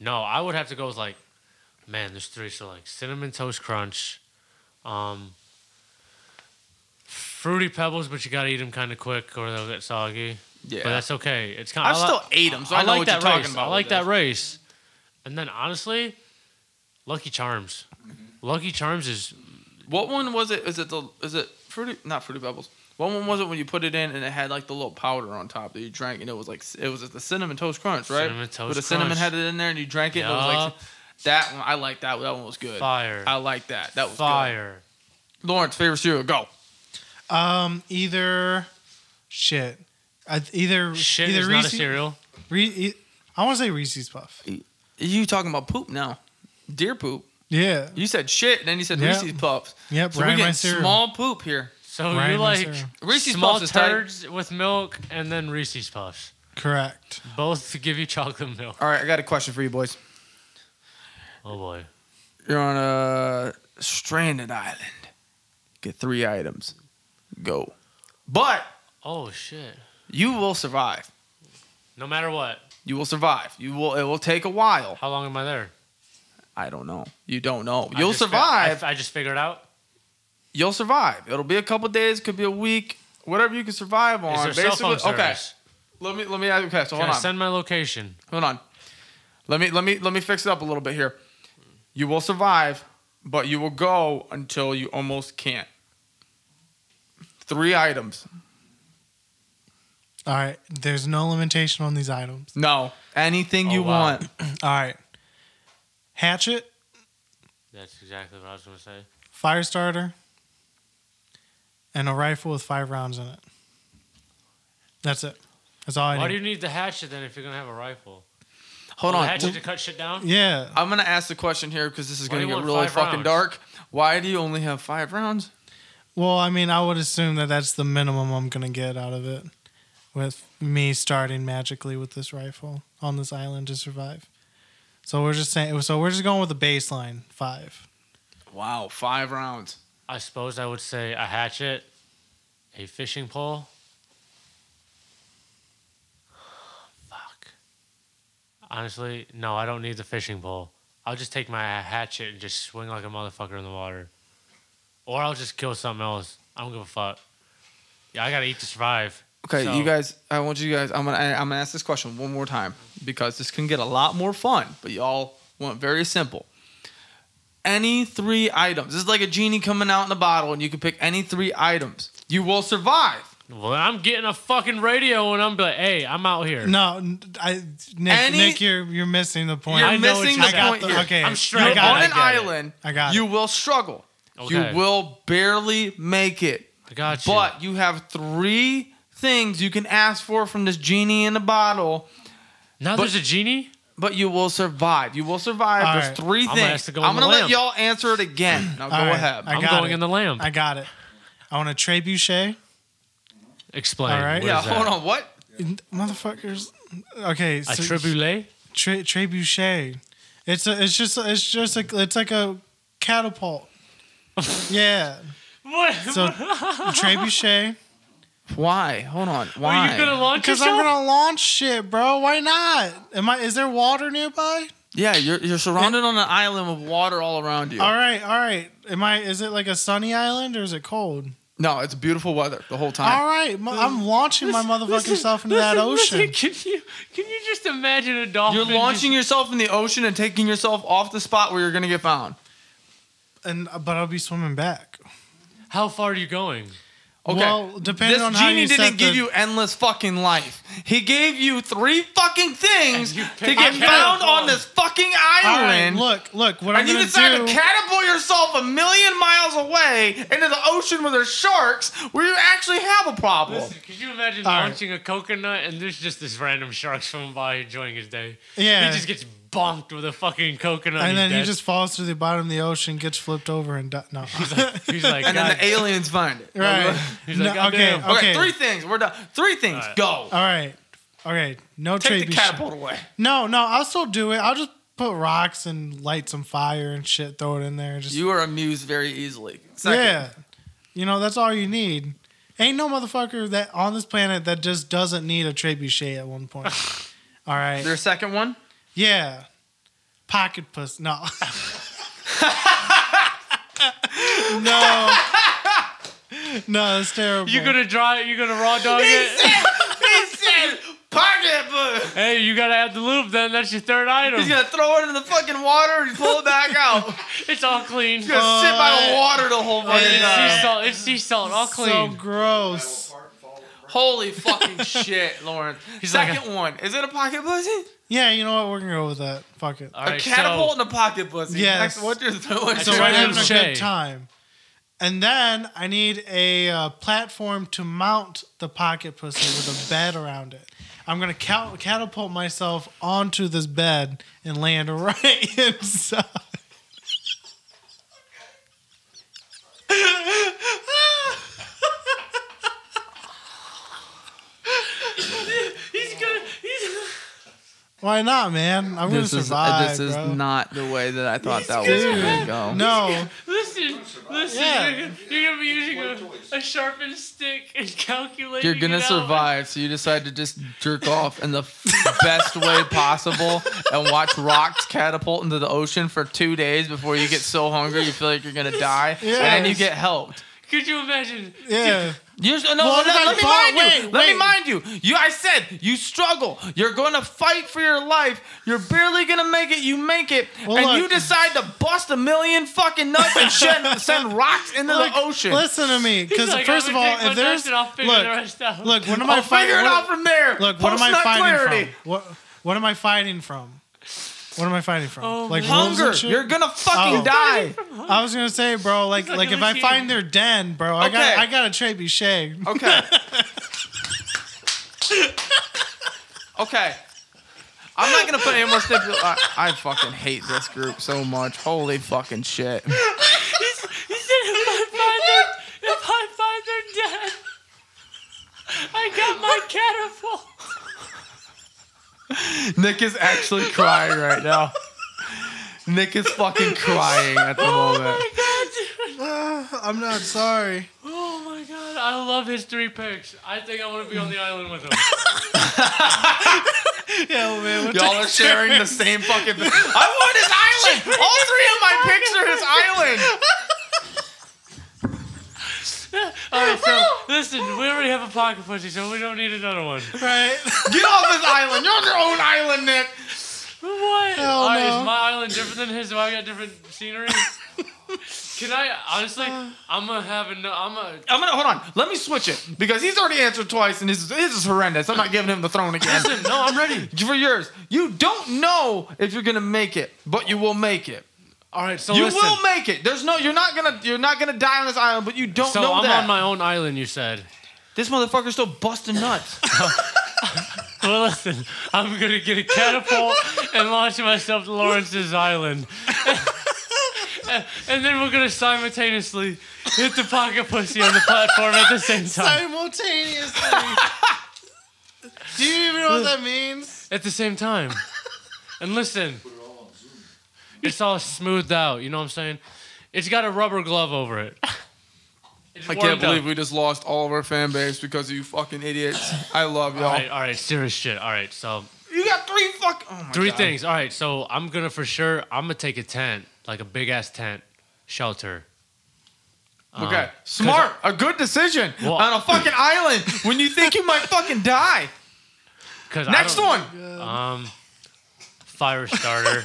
A: No, I would have to go with like man, there's three. So like cinnamon toast crunch, um, fruity pebbles, but you gotta eat them kind of quick or they'll get soggy.
B: Yeah.
A: but that's okay. It's kind.
D: I've still ate them, so I, know
A: like
D: what
A: that
D: you're
A: race.
D: talking about.
A: I
D: with
A: like that
D: this.
A: race. And then honestly, Lucky Charms.
D: Mm-hmm.
A: Lucky Charms is
B: What one was it? Is it the is it fruity? Not fruity pebbles. What one was it when you put it in and it had like the little powder on top that you drank and it was like it was the cinnamon toast crunch, right?
A: Cinnamon Toast
B: But the cinnamon
A: Crunch.
B: had it in there and you drank it. And it was like
A: Yup.
B: that one. I like that. one. That one was good.
A: fire.
B: I like that. That was
A: fire.
B: Good. Lawrence favorite cereal. Go.
C: Um, either shit. I, either
A: Shit
C: either
A: is not a cereal.
C: Re, e- I want to say Reese's Puff.
B: You talking about poop now? Deer poop.
C: Yeah.
B: You said shit, and then you said
C: Yeah.
B: Reese's Puffs.
C: Yep.
B: So
C: Ryan
B: we're getting
C: Rice cereal.
B: small poop here.
A: So
C: Ryan
A: you
C: Rice
A: like
C: cereal.
B: Reese's
A: small
B: Puffs is tight.
A: turds with milk and then Reese's Puffs.
C: Correct.
A: Both give you chocolate milk.
B: All right, I got a question for you boys.
A: Oh boy.
B: You're on a stranded island. Get three items. Go. But
A: Oh shit.
B: you will survive.
A: No matter what,
B: You will survive. You will. It will take a while.
A: how long am I there?
B: I don't know. You don't know.
A: I
B: You'll
A: just fi-
B: survive.
A: I, I just figured out.
B: You'll survive. It'll be a couple days. Could be a week. Whatever you can survive on.
A: Is there cell phone service?
B: okay. Let me let me ask. Okay, so
A: Can
B: hold
A: I
B: on.
A: send my location?
B: Hold on. Let me let me let me fix it up a little bit here. You will survive, but you will go until you almost can't. Three items.
C: All right. There's no limitation on these items.
B: No. Anything
A: Oh,
B: you
A: wow.
B: want.
C: All right. Hatchet,
A: That's exactly what I was gonna say.
C: fire starter, and a rifle with five rounds in it. That's it. That's all I
A: Why do
C: need.
A: you need the hatchet then if you're gonna have a rifle?
B: Hold
A: The
B: on.
A: hatchet to cut shit down.
C: yeah.
B: I'm gonna ask the question here because this is
A: Why do you
B: gonna get
A: want
B: really
A: five
B: fucking
A: rounds?
B: dark. Why do you only have five rounds?
C: Well, I mean, I would assume that that's the minimum I'm gonna get out of it, with me starting magically with this rifle on this island to survive. So we're just saying. So we're just going with the baseline five.
B: Wow, five rounds.
A: I suppose I would say a hatchet, a fishing pole. Fuck. Honestly, no, I don't need the fishing pole. I'll just take my hatchet and just swing like a motherfucker in the water. Or I'll just kill something else. I don't give a fuck. Yeah, I gotta eat to survive.
B: Okay,
A: So-
B: you guys. I want you guys. I'm gonna. I- I'm gonna ask this question one more time because this can get a lot more fun. But y'all want very simple. Any three items. This is like a genie coming out in a bottle, and you can pick any three items. You will survive.
A: Well, I'm getting a fucking radio and I'm like, hey, I'm out here.
C: No, n- I Nick,
B: Any-
C: Nick, you're you're missing the point.
B: You're
A: I know
B: missing
A: what
B: the
A: you got.
B: point
C: the-
B: here.
C: okay.
A: I'm
B: You're
A: straight
C: I got
B: on
A: it,
B: an
A: I get it.
B: island.
C: I got
B: You will struggle.
A: Okay.
B: You will barely make it.
A: I got you.
B: But you have three things you can ask for from this genie in the bottle,
A: now
B: but-
A: there's a genie?
B: but you will survive. You will survive.
C: All
B: There's
C: right.
B: three
A: I'm gonna
B: things.
A: ask to go
B: I'm
A: on the
B: gonna let
A: lamp.
B: y'all answer it again. Now go
C: All right.
B: ahead.
C: I
A: I'm
C: got
A: going
C: it.
A: in the lamb.
C: I got it. I want a trebuchet.
A: Explain.
C: All right.
A: What
B: yeah,
A: is that?
B: hold on. What?
C: Motherfuckers. Okay,
A: A
C: so
A: triboulet?
C: tre- trebuchet. It's a, it's just it's just a, it's like a catapult. yeah.
A: What?
C: So trebuchet.
B: Why? Hold on. Why?
A: Are you gonna launch
C: Because
A: yourself?
C: I'm gonna launch shit, bro. Why not? Am I? Is there water nearby?
B: yeah, you're you're surrounded on an island with water all around you.
C: All right, all right. Am I? Is it like a sunny island or is it cold?
B: No, it's beautiful weather the whole time.
C: All right, mo- I'm launching my motherfucking self into that ocean.
A: can you can you just imagine a dolphin?
B: You're launching yourself in the ocean and taking yourself off the spot where you're gonna get found.
C: and uh, but I'll be swimming back.
A: How far are you going?
B: Okay.
C: Well, depending
B: this
C: on how
B: genie
C: you
B: didn't
C: set
B: give
C: the-
B: you endless fucking life. He gave you three fucking things
A: And you
B: to
A: picked
B: get
A: a
B: found
A: catapult.
B: on this fucking
C: All right,
B: island.
C: look, look. What I'm
B: and you
C: gonna
B: decide
C: do?
B: to catapult yourself a million miles away into the ocean where there's sharks, where you actually have a problem.
A: Listen, could you imagine
C: All right.
A: launching a coconut and there's just this random shark swimming by enjoying his day?
C: Yeah.
A: He just gets bonked with a fucking coconut.
C: and
A: he's
C: then he
A: dead.
C: just falls to the bottom of the ocean, gets flipped over, and di- no.
A: he's like, he's like,
B: and then
A: "God
B: the aliens find it.
C: right.
A: He's like,
C: No, okay,
A: "Goddamn."
C: okay,
B: Okay, three things. We're done. Three things.
A: right.
B: Go.
C: All right, Uh, okay. No
B: Take the
C: trebuchet.
B: catapult away.
C: No, no. I'll still do it. I'll just put rocks and light some fire and shit. Throw it in there. Just
B: You are amused very easily. Second.
C: yeah. You know that's all you need. Ain't no motherfucker that on this planet that just doesn't need a trebuchet at one point. all right.
B: Their second one?
C: Yeah. Pocket puss. No. No. No, it's terrible.
A: You gonna dry it? You gonna raw dog it?
B: he said pineapple.
A: Hey, you gotta add the lube. Then that's your third
B: He's
A: item.
B: gonna throw it in the fucking water and pull it back out.
A: It's all clean. It's
B: He's gonna sit by the water the whole fucking
A: sea
B: time.
A: salt. It's sea salt. All
C: so
A: clean.
C: gross.
B: Holy fucking shit, Lauren.
A: He's like
B: Second one. Is it a pocket pussy?
C: Yeah, you know what? We're gonna go with that. Fuck it.
A: All right,
B: a
A: so-
B: catapult and a pocket pussy.
C: Yes.
B: Next, what's your what's
C: So
A: That's
B: your
C: we're
A: right,
C: having
A: it's
C: a
A: Jay.
C: good time. And then I need a uh, platform to mount the pocket pussy with a bed around it. I'm gonna cal- catapult myself onto this bed and land right inside.
A: He's gonna. He's,
C: Why not, man?
B: This
C: I'm gonna
B: is uh,
C: survive,
B: this is
C: bro.
B: not the way that I thought that was gonna go.
C: no,
A: listen, listen.
C: Yeah.
A: You're, gonna- you're gonna be using a, a sharpened stick and calculating.
B: You're gonna
A: it out.
B: survive, so you decide to just jerk off in the f- best way possible and watch rocks catapult into the ocean for two days before you get so hungry you feel like you're gonna die, and then you
C: Yes.
B: get helped.
A: Could you imagine?
C: yeah.
B: You no, no,
C: Well,
B: let,
C: that's
B: let me
C: fine.
B: mind you.
C: Wait,
B: let me
C: wait.
B: mind you. You, I said you struggle. You're going to fight for your life. You're barely gonna make it. You make it,
C: Well,
B: and
C: look.
B: you decide to bust a million fucking nuts and shed, send rocks into
C: Look,
B: the ocean.
C: Listen to me,
A: He's
C: because
A: like,
C: first
A: I'm
C: of
A: gonna
C: all,
A: take
C: if
A: one
C: there's
A: test and I'll figure the
C: look,
A: rest out.
C: look, what
B: I'll
C: am I fighting?
B: figure it
C: what-
B: out from there.
C: Look, what am I
B: Post-nut
C: fighting
B: clarity.
C: from? What what am I fighting from? What am I fighting from?
A: Oh,
C: like
A: man.
C: wolves and
B: Hunger.
C: shit?
B: You're gonna fucking
C: Oh.
B: die.
C: I was gonna say, bro, like
A: like
C: like
A: a
C: if I
A: machine.
C: find their den, bro, I got
B: Okay.
C: I got a trebuchet.
B: Okay. okay. I'm not gonna put any more stipulations. I, I fucking hate this group so much. Holy fucking shit.
A: He's, he said if I find them, if I find them dead, I got my catapult.
B: Nick is actually crying right now. Nick is fucking crying at the
A: Oh
B: moment.
A: my god, dude.
C: I'm not sorry.
A: Oh my god, I love his three picks. I think I want to be on the island with him.
C: Yeah, man. What
B: Y'all are sharing the same fucking. I want his island. All three of my pics are his island.
A: All right, so listen, we already have a pocket pussy, so we don't need another one.
C: the- right?
B: Get off his island. You're on your own island, Nick.
A: What?
C: Hell
A: All right,
C: no.
A: is my island different than his? Do I got different scenery? Can I honestly? I'm gonna have a. I'm gonna.
B: I'm gonna hold on. Let me switch it because he's already answered twice, and his, his is horrendous. I'm not giving him the throne again.
A: Listen, no, I'm ready.
B: For yours, you don't know if you're gonna make it, but you will make it.
A: All right, so
B: You
A: Oh, listen.
B: will make it. There's no, you're not gonna, you're not gonna die on this island, but you don't
A: so
B: know
A: I'm
B: that.
A: on my own island. You said.
B: this motherfucker's still busting nuts.
A: Well, listen, I'm gonna get a catapult and launch myself to Lawrence's Island. and then we're gonna simultaneously hit the pocket pussy on the platform at the same time.
C: Simultaneously. Do you even know what that means?
A: At the same time. And listen, it's all smoothed out, you know what I'm saying? It's got a rubber glove over it. It's
B: I
A: warmed
B: can't believe
A: up.
B: we just lost all of our fan base because of you fucking idiots. I love y'all.
A: All right, all right, serious shit. All right, so
B: You got three fuck. Oh my
A: Three
B: God.
A: things. All right, so I'm gonna for sure. I'm gonna take a tent, like a big ass tent, shelter. Um,
B: Okay, smart, a good decision
A: Well-
B: on a fucking island when you think you might fucking die.
A: 'cause I
B: Next
A: don't-
B: one.
A: Um, fire starter.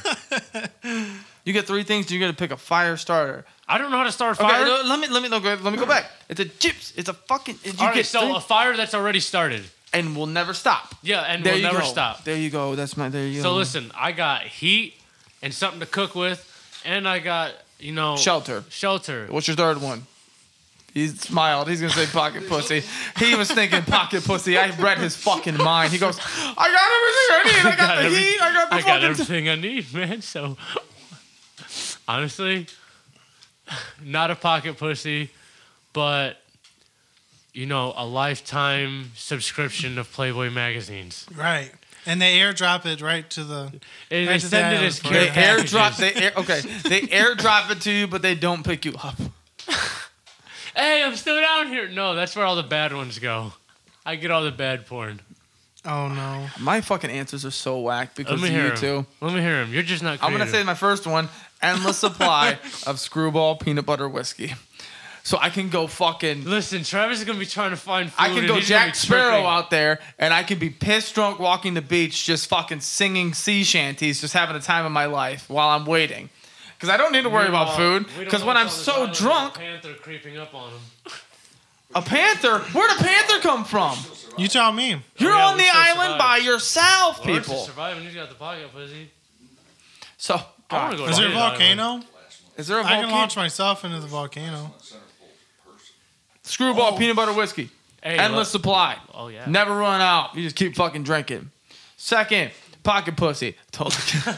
B: You get three things. You got to pick a fire starter.
A: I don't know how to start a
B: Okay,
A: fire.
B: no, let me let me no, go- let me go back. It's a gyps. It's a fucking. You
A: All right,
B: get
A: so uh, a
B: three-
A: fire that's already started.
B: and we'll never stop.
A: Yeah, and
B: There
A: we'll
B: you
A: never
B: go.
A: stop.
B: There you go. That's my. There you
A: So
B: go.
A: listen, I got heat and something to cook with, and I got you know
B: Shelter.
A: Shelter.
B: What's your third one? He smiled. He's gonna say pocket pussy. He was thinking pocket pussy. I read his fucking mind. He goes, I got everything I need. I got,
A: got
B: the
A: every-
B: heat. I got the
A: I got
B: fucking.
A: everything I need, man. So honestly, not a pocket pussy, but you know, a lifetime subscription of Playboy magazines.
C: Right. And they airdrop it right to the.
A: And they
C: Right to
A: send
C: that
A: it as
C: for-
A: care
B: they
A: packages.
B: airdrop. They air, okay. They airdrop it to you, but they don't pick you up.
A: Hey, I'm still down here. No, that's where all the bad ones go. I get all the bad porn.
C: Oh no.
B: My fucking answers are so whack
A: Let
B: because
A: me
B: of
A: hear
B: you
A: him.
B: two.
A: Let me hear him. You're just not.
B: I'm gonna
A: creative.
B: say my first one: endless supply of screwball peanut butter whiskey. So I can go fucking.
A: Listen, Travis is gonna be trying to find. Food
B: I can
A: and
B: go
A: he's gonna
B: Jack
A: be
B: Sparrow
A: tripping.
B: out there, and I can be pissed drunk walking the beach, just fucking singing sea shanties, just having a time of my life while I'm waiting. Because I don't need to worry about
A: Meanwhile,
B: food.
A: we don't
B: Because
A: know
B: when I'm
A: what's on
B: so
A: this island,
B: drunk,
A: there's a panther creeping up on him.
B: a panther. Where'd a panther come from?
C: You tell me.
B: You're
A: Oh, yeah,
B: on
A: we
B: the
A: still
B: island
A: survived.
B: by
A: Lawrence
B: yourself,
A: is
B: people.
A: surviving. He's got the pocket pussy.
B: So,
A: I wanna
B: God,
A: go
C: Is there a
A: Fucking island.
C: volcano?
B: is there a
C: I can
B: volcano?
C: launch myself into the volcano.
B: Screwball
A: Oh.
B: peanut butter whiskey.
A: Hey,
B: Endless
A: look-
B: supply.
A: Oh yeah.
B: Never run out. You just keep fucking drinking. Second, pocket pussy. Told you.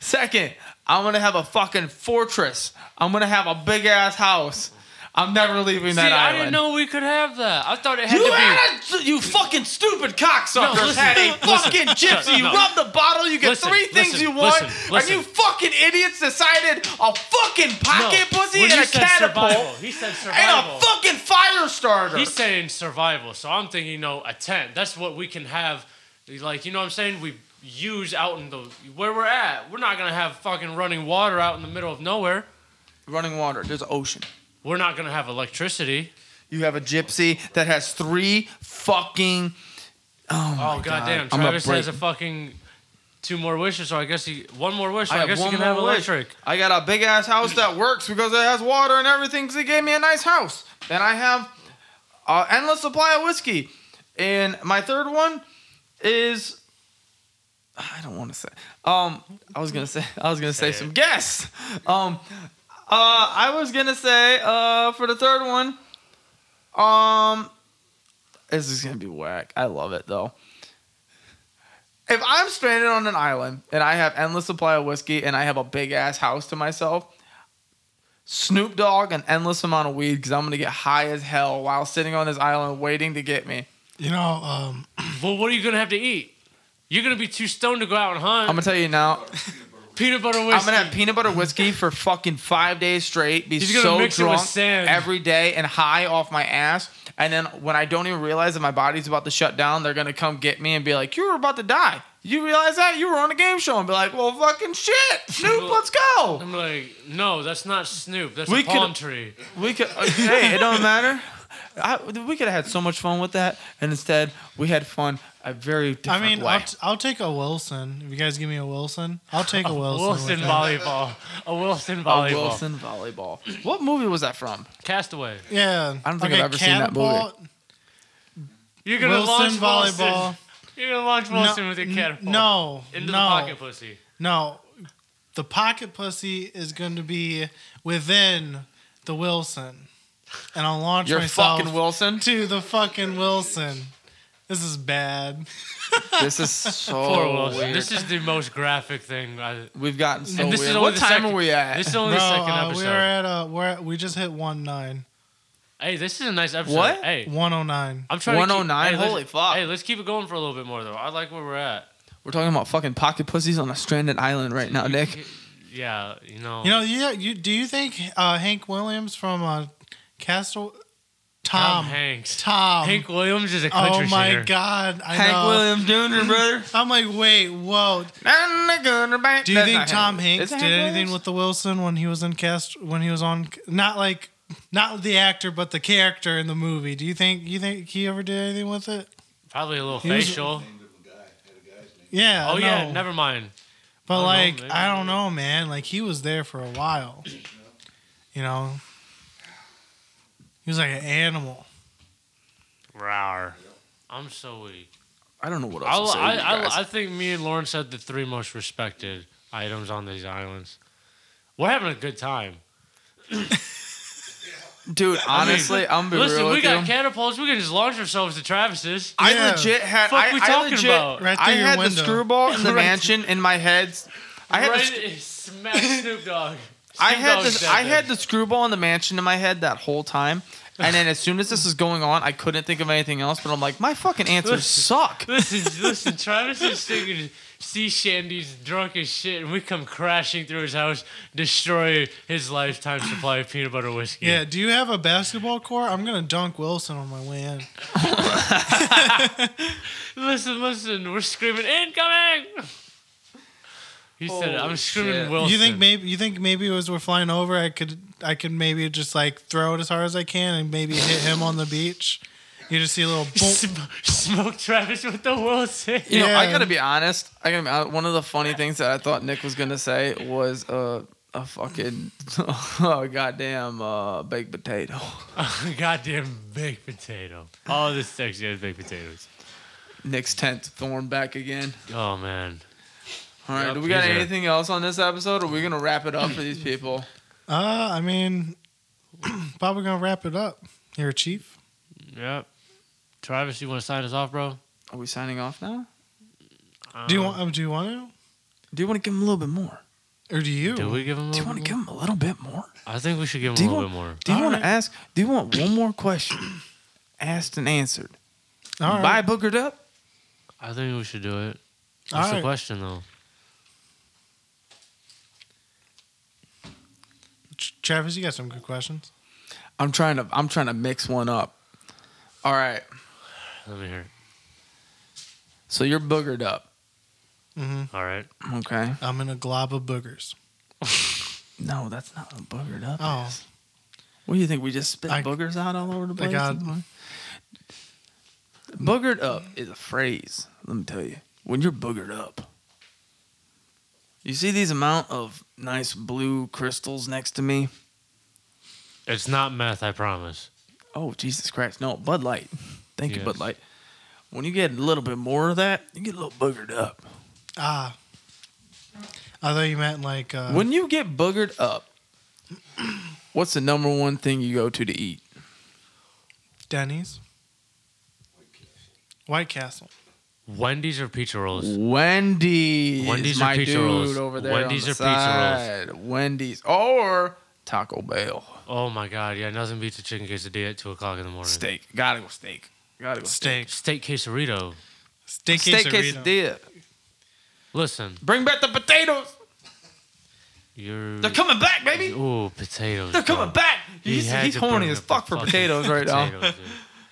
B: Second, I'm gonna have a fucking fortress. I'm gonna have a big ass house. I'm never leaving
A: See,
B: that
A: I
B: island.
A: didn't know we could have that. I thought it had
B: You
A: to be.
B: had a, you fucking stupid cocksuckers
A: No, listen,
B: had a fucking gypsy. You
A: no.
B: rub the bottle, you get
A: Listen,
B: three things
A: listen,
B: you want,
A: listen,
B: and
A: listen.
B: you fucking idiots decided a fucking
A: No,
B: pocket pussy
A: when
B: and
A: you
B: a
A: said
B: catapult
A: survival, he said survival.
B: and a fucking fire starter.
A: He's saying survival, so I'm thinking, no, a tent. That's what we can have. Like, you know what I'm saying? We use out in the where we're at. We're not gonna have fucking running water out in the middle of nowhere.
B: Running water. There's an ocean.
A: We're not gonna have electricity.
B: You have a gypsy that has three fucking. Oh, my
A: Oh goddamn!
B: God. I'm gonna
A: Travis has a
B: break-
A: fucking two more wishes, so I guess he one more wish. So
B: I
A: I,
B: have
A: guess he
B: one
A: can
B: more
A: have
B: wish.
A: electric.
B: I got a big ass house that works because it has water and everything. Because they gave me a nice house. Then I have uh, endless supply of whiskey, and my third one is I don't want to say. Um, I was gonna say I was gonna say
A: Say it.
B: some guess. Um, uh, I was gonna say uh for the third one, um, this is gonna be whack. I love it though. If I'm stranded on an island and I have endless supply of whiskey and I have a big ass house to myself, Snoop Dogg an endless amount of weed because I'm gonna get high as hell while sitting on this island waiting to get me.
C: You know, um,
A: Well, what are you gonna have to eat? You're gonna be too stoned to go out and hunt.
B: I'm gonna tell you now.
A: peanut butter whiskey.
B: I'm gonna have peanut butter whiskey for fucking five days straight. Be
A: He's gonna
B: so
A: mix it with
B: drunk
A: sand.
B: every day and high off my ass. And then when I don't even realize that my body's about to shut down, they're gonna come get me and be like, "You were about to die. You realize that you were on a game show?" And be like, "Well, fucking shit, Snoop, let's go.
A: I'm like, no, that's not Snoop. That's
B: We
A: a
B: could-
A: palm tree.
B: We could. uh, hey, it don't matter." I, we could have had so much fun with that, and instead we had fun a very
C: I
B: different
C: mean,
B: way.
C: I'll, t- I'll take a Wilson. If you guys give me a Wilson, I'll take a Wilson. with
A: Wilson
C: that.
A: volleyball. A Wilson
B: A
A: volleyball.
B: Wilson volleyball. What movie was that from?
A: Castaway.
C: Yeah.
B: I don't think I've ever seen that movie.
C: catapult,
A: You're gonna launch
C: Wilson volleyball.
A: Wilson. You're gonna launch Wilson with your
C: n-
A: catapult.
C: No.
A: Into
C: no,
A: the pocket pussy.
C: No. The pocket pussy is going to be within the Wilson. And I'll launch
B: You're
C: myself
B: fucking Wilson.
C: to the fucking Wilson. This is bad.
B: This is so
A: Poor Wilson.
B: Oh, weird.
A: This is the most graphic thing. I,
B: We've gotten so
A: and this is
B: weird.
A: only
B: What
A: the
B: time
A: second-
B: are we at?
A: This is only
C: Bro,
A: the second
C: uh,
A: episode.
C: we're at uh, we're at, we just hit one nine.
A: hey, this is a nice episode.
B: What?
A: Hey,
C: One oh nine.
A: I'm trying. to
B: 109?
A: keep, hey, let's-
B: Holy fuck.
A: Hey, let's keep it going for a little bit more though. I like where we're at.
B: We're talking about fucking pocket pussies on a stranded island right now, Nick.
A: Yeah, you know.
C: You know, you, you do you think uh, Hank Williams from uh, Castle
A: Tom
C: Tom
A: Hanks.
C: Tom
A: Hank Williams is a country
C: Oh my
A: singer.
C: God! I
B: Hank
C: know.
B: Williams Jr., brother.
C: I'm like, wait, whoa. Do you think Tom Hanks did anything with the Wilson when he was in cast when he was on not like not the actor but the character in the movie? Do you think you think he ever did anything with it?
A: Probably a little
C: was-
A: facial.
C: Yeah.
A: Oh
C: no.
A: yeah, never mind.
C: But
A: don't know,
C: like,
A: maybe.
C: I don't know, man. Like he was there for a while. You know, he was like an animal.
A: Rawr. I'm so weak.
B: I don't know what
A: I'll,
B: else to say.
A: I,
B: to you guys.
A: I, I think me and Lauren said the three most respected items on these islands. We're having a good time.
B: Dude, honestly, I am be
A: Listen,
B: real
A: we
B: with
A: got
B: you.
A: catapults. We can just launch ourselves to Travis's.
B: I
C: Yeah.
B: legit had.
A: Fuck
B: I,
A: we
B: I
A: talking
B: legit,
A: about?
C: Right
B: I
C: through your
B: had the
C: window.
B: screwball in the
A: Right.
B: mansion in my head. I had. the sc-
A: right, smack Snoop Dogg.
B: I
A: Snoop
B: had
A: Dogg's
B: this.
A: dead
B: I
A: then.
B: had the screwball in the mansion in my head that whole time, And then as soon as this was going on, I couldn't think of anything else. But I'm like, my fucking answers suck.
A: Listen, listen, Travis is thinking sea shandy's drunk as shit, and we come crashing through his house, destroy his lifetime supply of peanut butter whiskey.
C: Yeah, do you have a basketball court? I'm gonna dunk Wilson on my way in.
A: Listen, listen, we're screaming incoming. He said,
B: Holy
A: "I'm screaming
B: shit.
A: Wilson."
C: You think maybe you think maybe as we're flying over, I could I could maybe just like throw it as hard as I can and maybe hit him on the beach. You just see a little boom.
A: Sm- smoke Travis with the Wilson?
B: You know, I
C: Yeah.
B: gotta be honest. I gotta be hon- One of the funny things that I thought Nick was gonna say was uh, a fucking oh, goddamn uh, baked potato.
A: Oh, Goddamn baked potato! All this sexy ass baked potatoes.
B: Nick's tenth thorn back again.
A: Oh man,
B: All right,
A: Yep,
B: do we got
A: he's a-
B: anything else on this episode? Or are we gonna wrap it up for these people?
C: Uh, I mean, probably gonna wrap it up here, Chief.
A: yep. Travis, you want to sign us off, bro?
B: Are we signing off now?
C: Do
A: Uh,
C: you want? um, Do you want
B: Do you want to give him a little bit more?
C: to? Or do you?
A: Do we give him? A
B: Do you
A: little
B: want to
A: bit
B: give him a little bit more?
A: more? I think we should give
B: Do
A: him
B: you
A: a little bit more.
B: want- Do you
C: All
B: want
C: right.
B: to ask? Do you want one more question asked and answered?
C: All right.
B: Bye, boogered up.
A: I think we should do it.
C: All
A: What's the
C: right.
A: question though?
C: Tr- Travis, you got some good questions.
B: I'm trying to. I'm trying to mix one up. All right.
A: Let me hear.
B: So you're boogered up.
C: Mm-hmm.
A: It. All right.
B: Okay.
C: I'm in a glob of boogers.
B: No, that's not what boogered up.
C: Oh.
B: Is. What do you think? We just spit
C: I-
B: boogers out all over the place.
C: got-
B: Boogered up is a phrase. Let me tell you. When you're boogered up, you see these amount of nice blue crystals next to me.
A: It's not meth, I promise.
B: Oh Jesus Christ! No, Bud Light. Thank you,
A: Yes.
B: Bud Light. When you get a little bit more of that, you get a little boogered up.
C: Ah. I thought you meant like. Uh,
B: When you get boogered up, what's the number one thing you go to to eat?
C: Denny's. White Castle.
A: Wendy's or pizza rolls?
B: Wendy's.
A: Wendy's or
B: my
A: pizza
B: dude
A: rolls?
B: over there.
A: Wendy's or
B: on the
A: pizza rolls?
B: side. Wendy's or Taco Bell.
A: Oh my god, yeah, nothing beats a chicken quesadilla at two o'clock in the morning.
B: Steak. Gotta go steak. Gotta go
C: Steak.
A: Steak quesarito.
C: Steak,
B: Steak
C: quesadilla.
B: quesadilla.
A: Listen,
B: Bring back the potatoes.
A: you're.
B: They're coming back, baby.
A: Ooh, potatoes.
B: They're coming
A: bro.
B: back.
A: Mm. He
B: He's,
A: had
B: he's
A: to bring
B: horny as
A: up the
B: fuck for
A: fucking
B: potatoes right now.
A: potatoes, dude.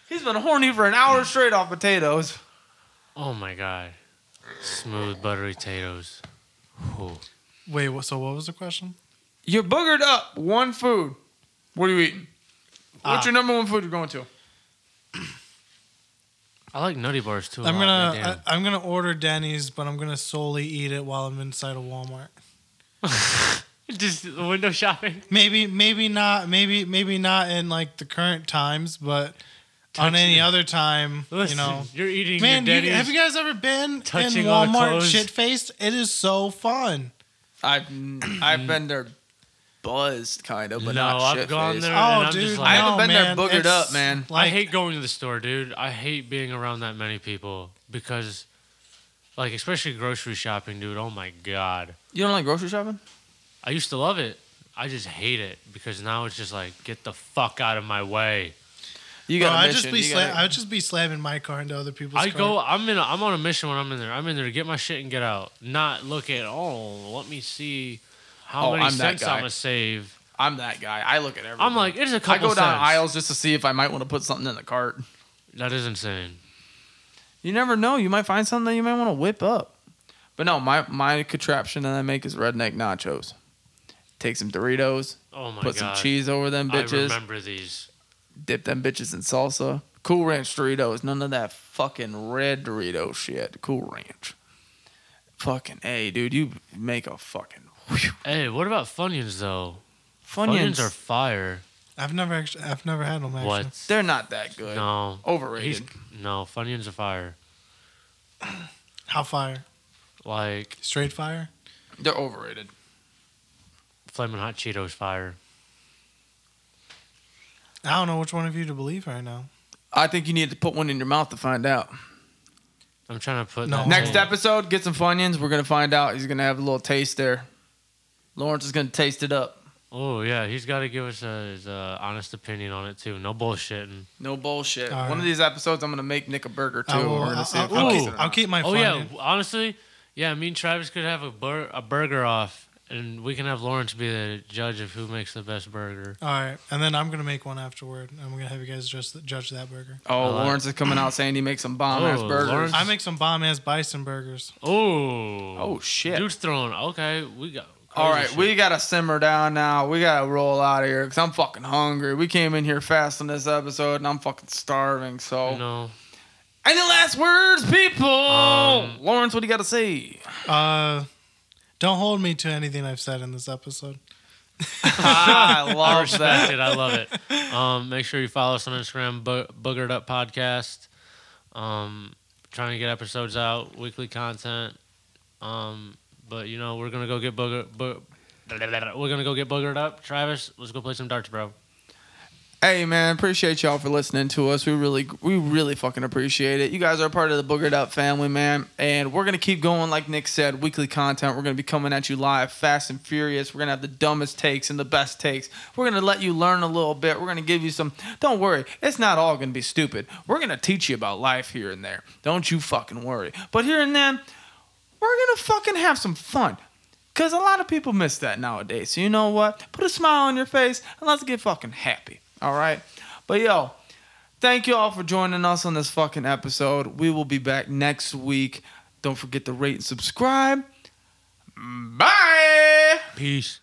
B: He's been horny for an hour straight off potatoes.
A: Oh my god, smooth buttery potatoes. Ooh.
C: Wait, what, so what was the question?
B: You're boogered up. One food. What are you eating? What's
C: Ah.
B: your number one food you're going to?
A: I like nutty bars too. a
C: I'm
A: lot,
C: gonna
A: goddamn.
C: I, I'm gonna order Denny's, but I'm gonna solely eat it while I'm inside of Walmart.
B: uh,
A: just window shopping.
C: Maybe maybe not maybe maybe not in like the current times, but on any other time,
A: Listen,
C: you know.
A: you're eating
C: Man,
A: your
C: you,
A: Denny's.
C: have you guys ever been in
A: touching all the
C: Walmart
A: clothes.
C: shit faced? It is so fun.
B: I've I've been there, buzzed kind of, but
A: no,
B: not shit
A: I've gone there.
C: Oh,
A: and I'm
C: dude,
A: just
C: no,
A: like,
B: I haven't been there
C: man,
B: boogered
C: it's
B: up, man.
A: I
C: Like,
A: hate going to the store, dude. I hate being around that many people because, like, especially grocery shopping, dude. Oh my god,
B: You don't like grocery shopping?
A: I used to love it. I just hate it because now it's just like, get the fuck out of my way.
B: You
C: bro,
B: got.
C: I just be
B: you
C: sla-
B: gotta-
C: I would just be slamming my car into other people's.
A: I
C: car.
A: go. I'm in. A, I'm on a mission when I'm in there. I'm in there to get my shit and get out. Not look at. Oh, let me see how
B: Oh,
A: many
B: I'm that
A: cents
B: guy.
A: I'm gonna save.
B: I'm that guy. I look at everything.
A: I'm like, it's a
B: I
A: couple.
B: go down
A: cents.
B: aisles just to see if I might want to put something in the cart.
A: That is insane.
B: You never know. You might find something that you might want to whip up. But no, my my contraption that I make is redneck nachos. Take some Doritos,
A: Oh my
B: put some
A: god.
B: cheese over them
A: I
B: bitches,
A: remember these.
B: dip them bitches in salsa. Cool Ranch Doritos, none of that fucking red Dorito shit. Cool Ranch. Fucking a, dude, you make a fucking. Whew.
A: Hey, what about Funyuns though?
B: Funyuns,
A: are fire.
C: I've never actually, I've never had them. Actually.
A: What?
B: they're not that good.
A: No. He's,
B: Overrated.
A: no, Funyuns are fire.
C: How fire?
A: Like
C: Straight fire?
B: They're overrated.
A: Flamin' Hot Cheetos fire.
C: I don't know which one of you to believe right now.
B: I think you need to put one in your mouth to find out.
A: I'm trying to put
C: No.
A: that
B: Next
A: whole-
B: episode, get some Funyuns. We're gonna find out. He's gonna have a little taste there. Lawrence is gonna taste it up.
A: Oh yeah, he's got to give us uh his uh, honest opinion on it too. No bullshitting.
B: No bullshit.
C: All
B: One
C: right.
B: of these episodes, I'm gonna make Nick a burger too.
C: I will-
B: We're
C: I'll,
B: gonna see if
C: I'll-
B: he
C: I'll
B: likes
C: keep,
B: it or
C: I'll
B: not.
C: keep my
A: Oh
C: fun
A: yeah,
C: in.
A: honestly, yeah. Me and Travis could have a bur- a burger off, and we can have Lawrence be the judge of who makes the best burger.
C: All right, and then I'm gonna make one afterward. I'm gonna have you guys judge, judge that burger.
A: I
B: Oh,
A: like-
B: Lawrence is coming out saying he makes some bomb ass
A: Oh,
B: burgers.
A: Lawrence-
C: I make some bomb ass bison burgers.
A: Oh.
B: Oh, shit.
A: Dude's throwing. Okay, we got.
B: All
A: crazy
B: right,
A: shit.
B: we gotta simmer down now. We gotta roll out of here because I'm fucking hungry. We came in here fast on this episode, and I'm fucking starving. So,
A: No.
B: any last words, people?
A: Um,
B: Lawrence, what do you gotta say?
C: Uh, don't hold me to anything I've said in this episode.
B: I
A: I
B: love
A: respect
B: that.
A: it. I love it. Um, make sure you follow us on Instagram, Bo- Boogered Up Podcast. Um, trying to get episodes out, weekly content. Um, but you know we're gonna go get booger. Bo- we're gonna go get boogered up. Travis, let's go play some darts, bro.
B: Hey man, appreciate y'all for listening to us. We really, we really fucking appreciate it. You guys are part of the Boogered Up family, man, and we're gonna keep going. Like Nick said, weekly content. We're gonna be coming at you live, fast and furious. We're gonna have the dumbest takes and the best takes. We're gonna let you learn a little bit. We're gonna give you some. Don't worry, it's not all gonna be stupid. We're gonna teach you about life here and there. Don't you fucking worry. But here and then, we're gonna fucking have some fun. Cause a lot of people miss that nowadays. So you know what? Put a smile on your face and let's get fucking happy. All right. But yo, thank you all for joining us on this fucking episode. We will be back next week. Don't forget to rate and subscribe. Bye.
A: Peace.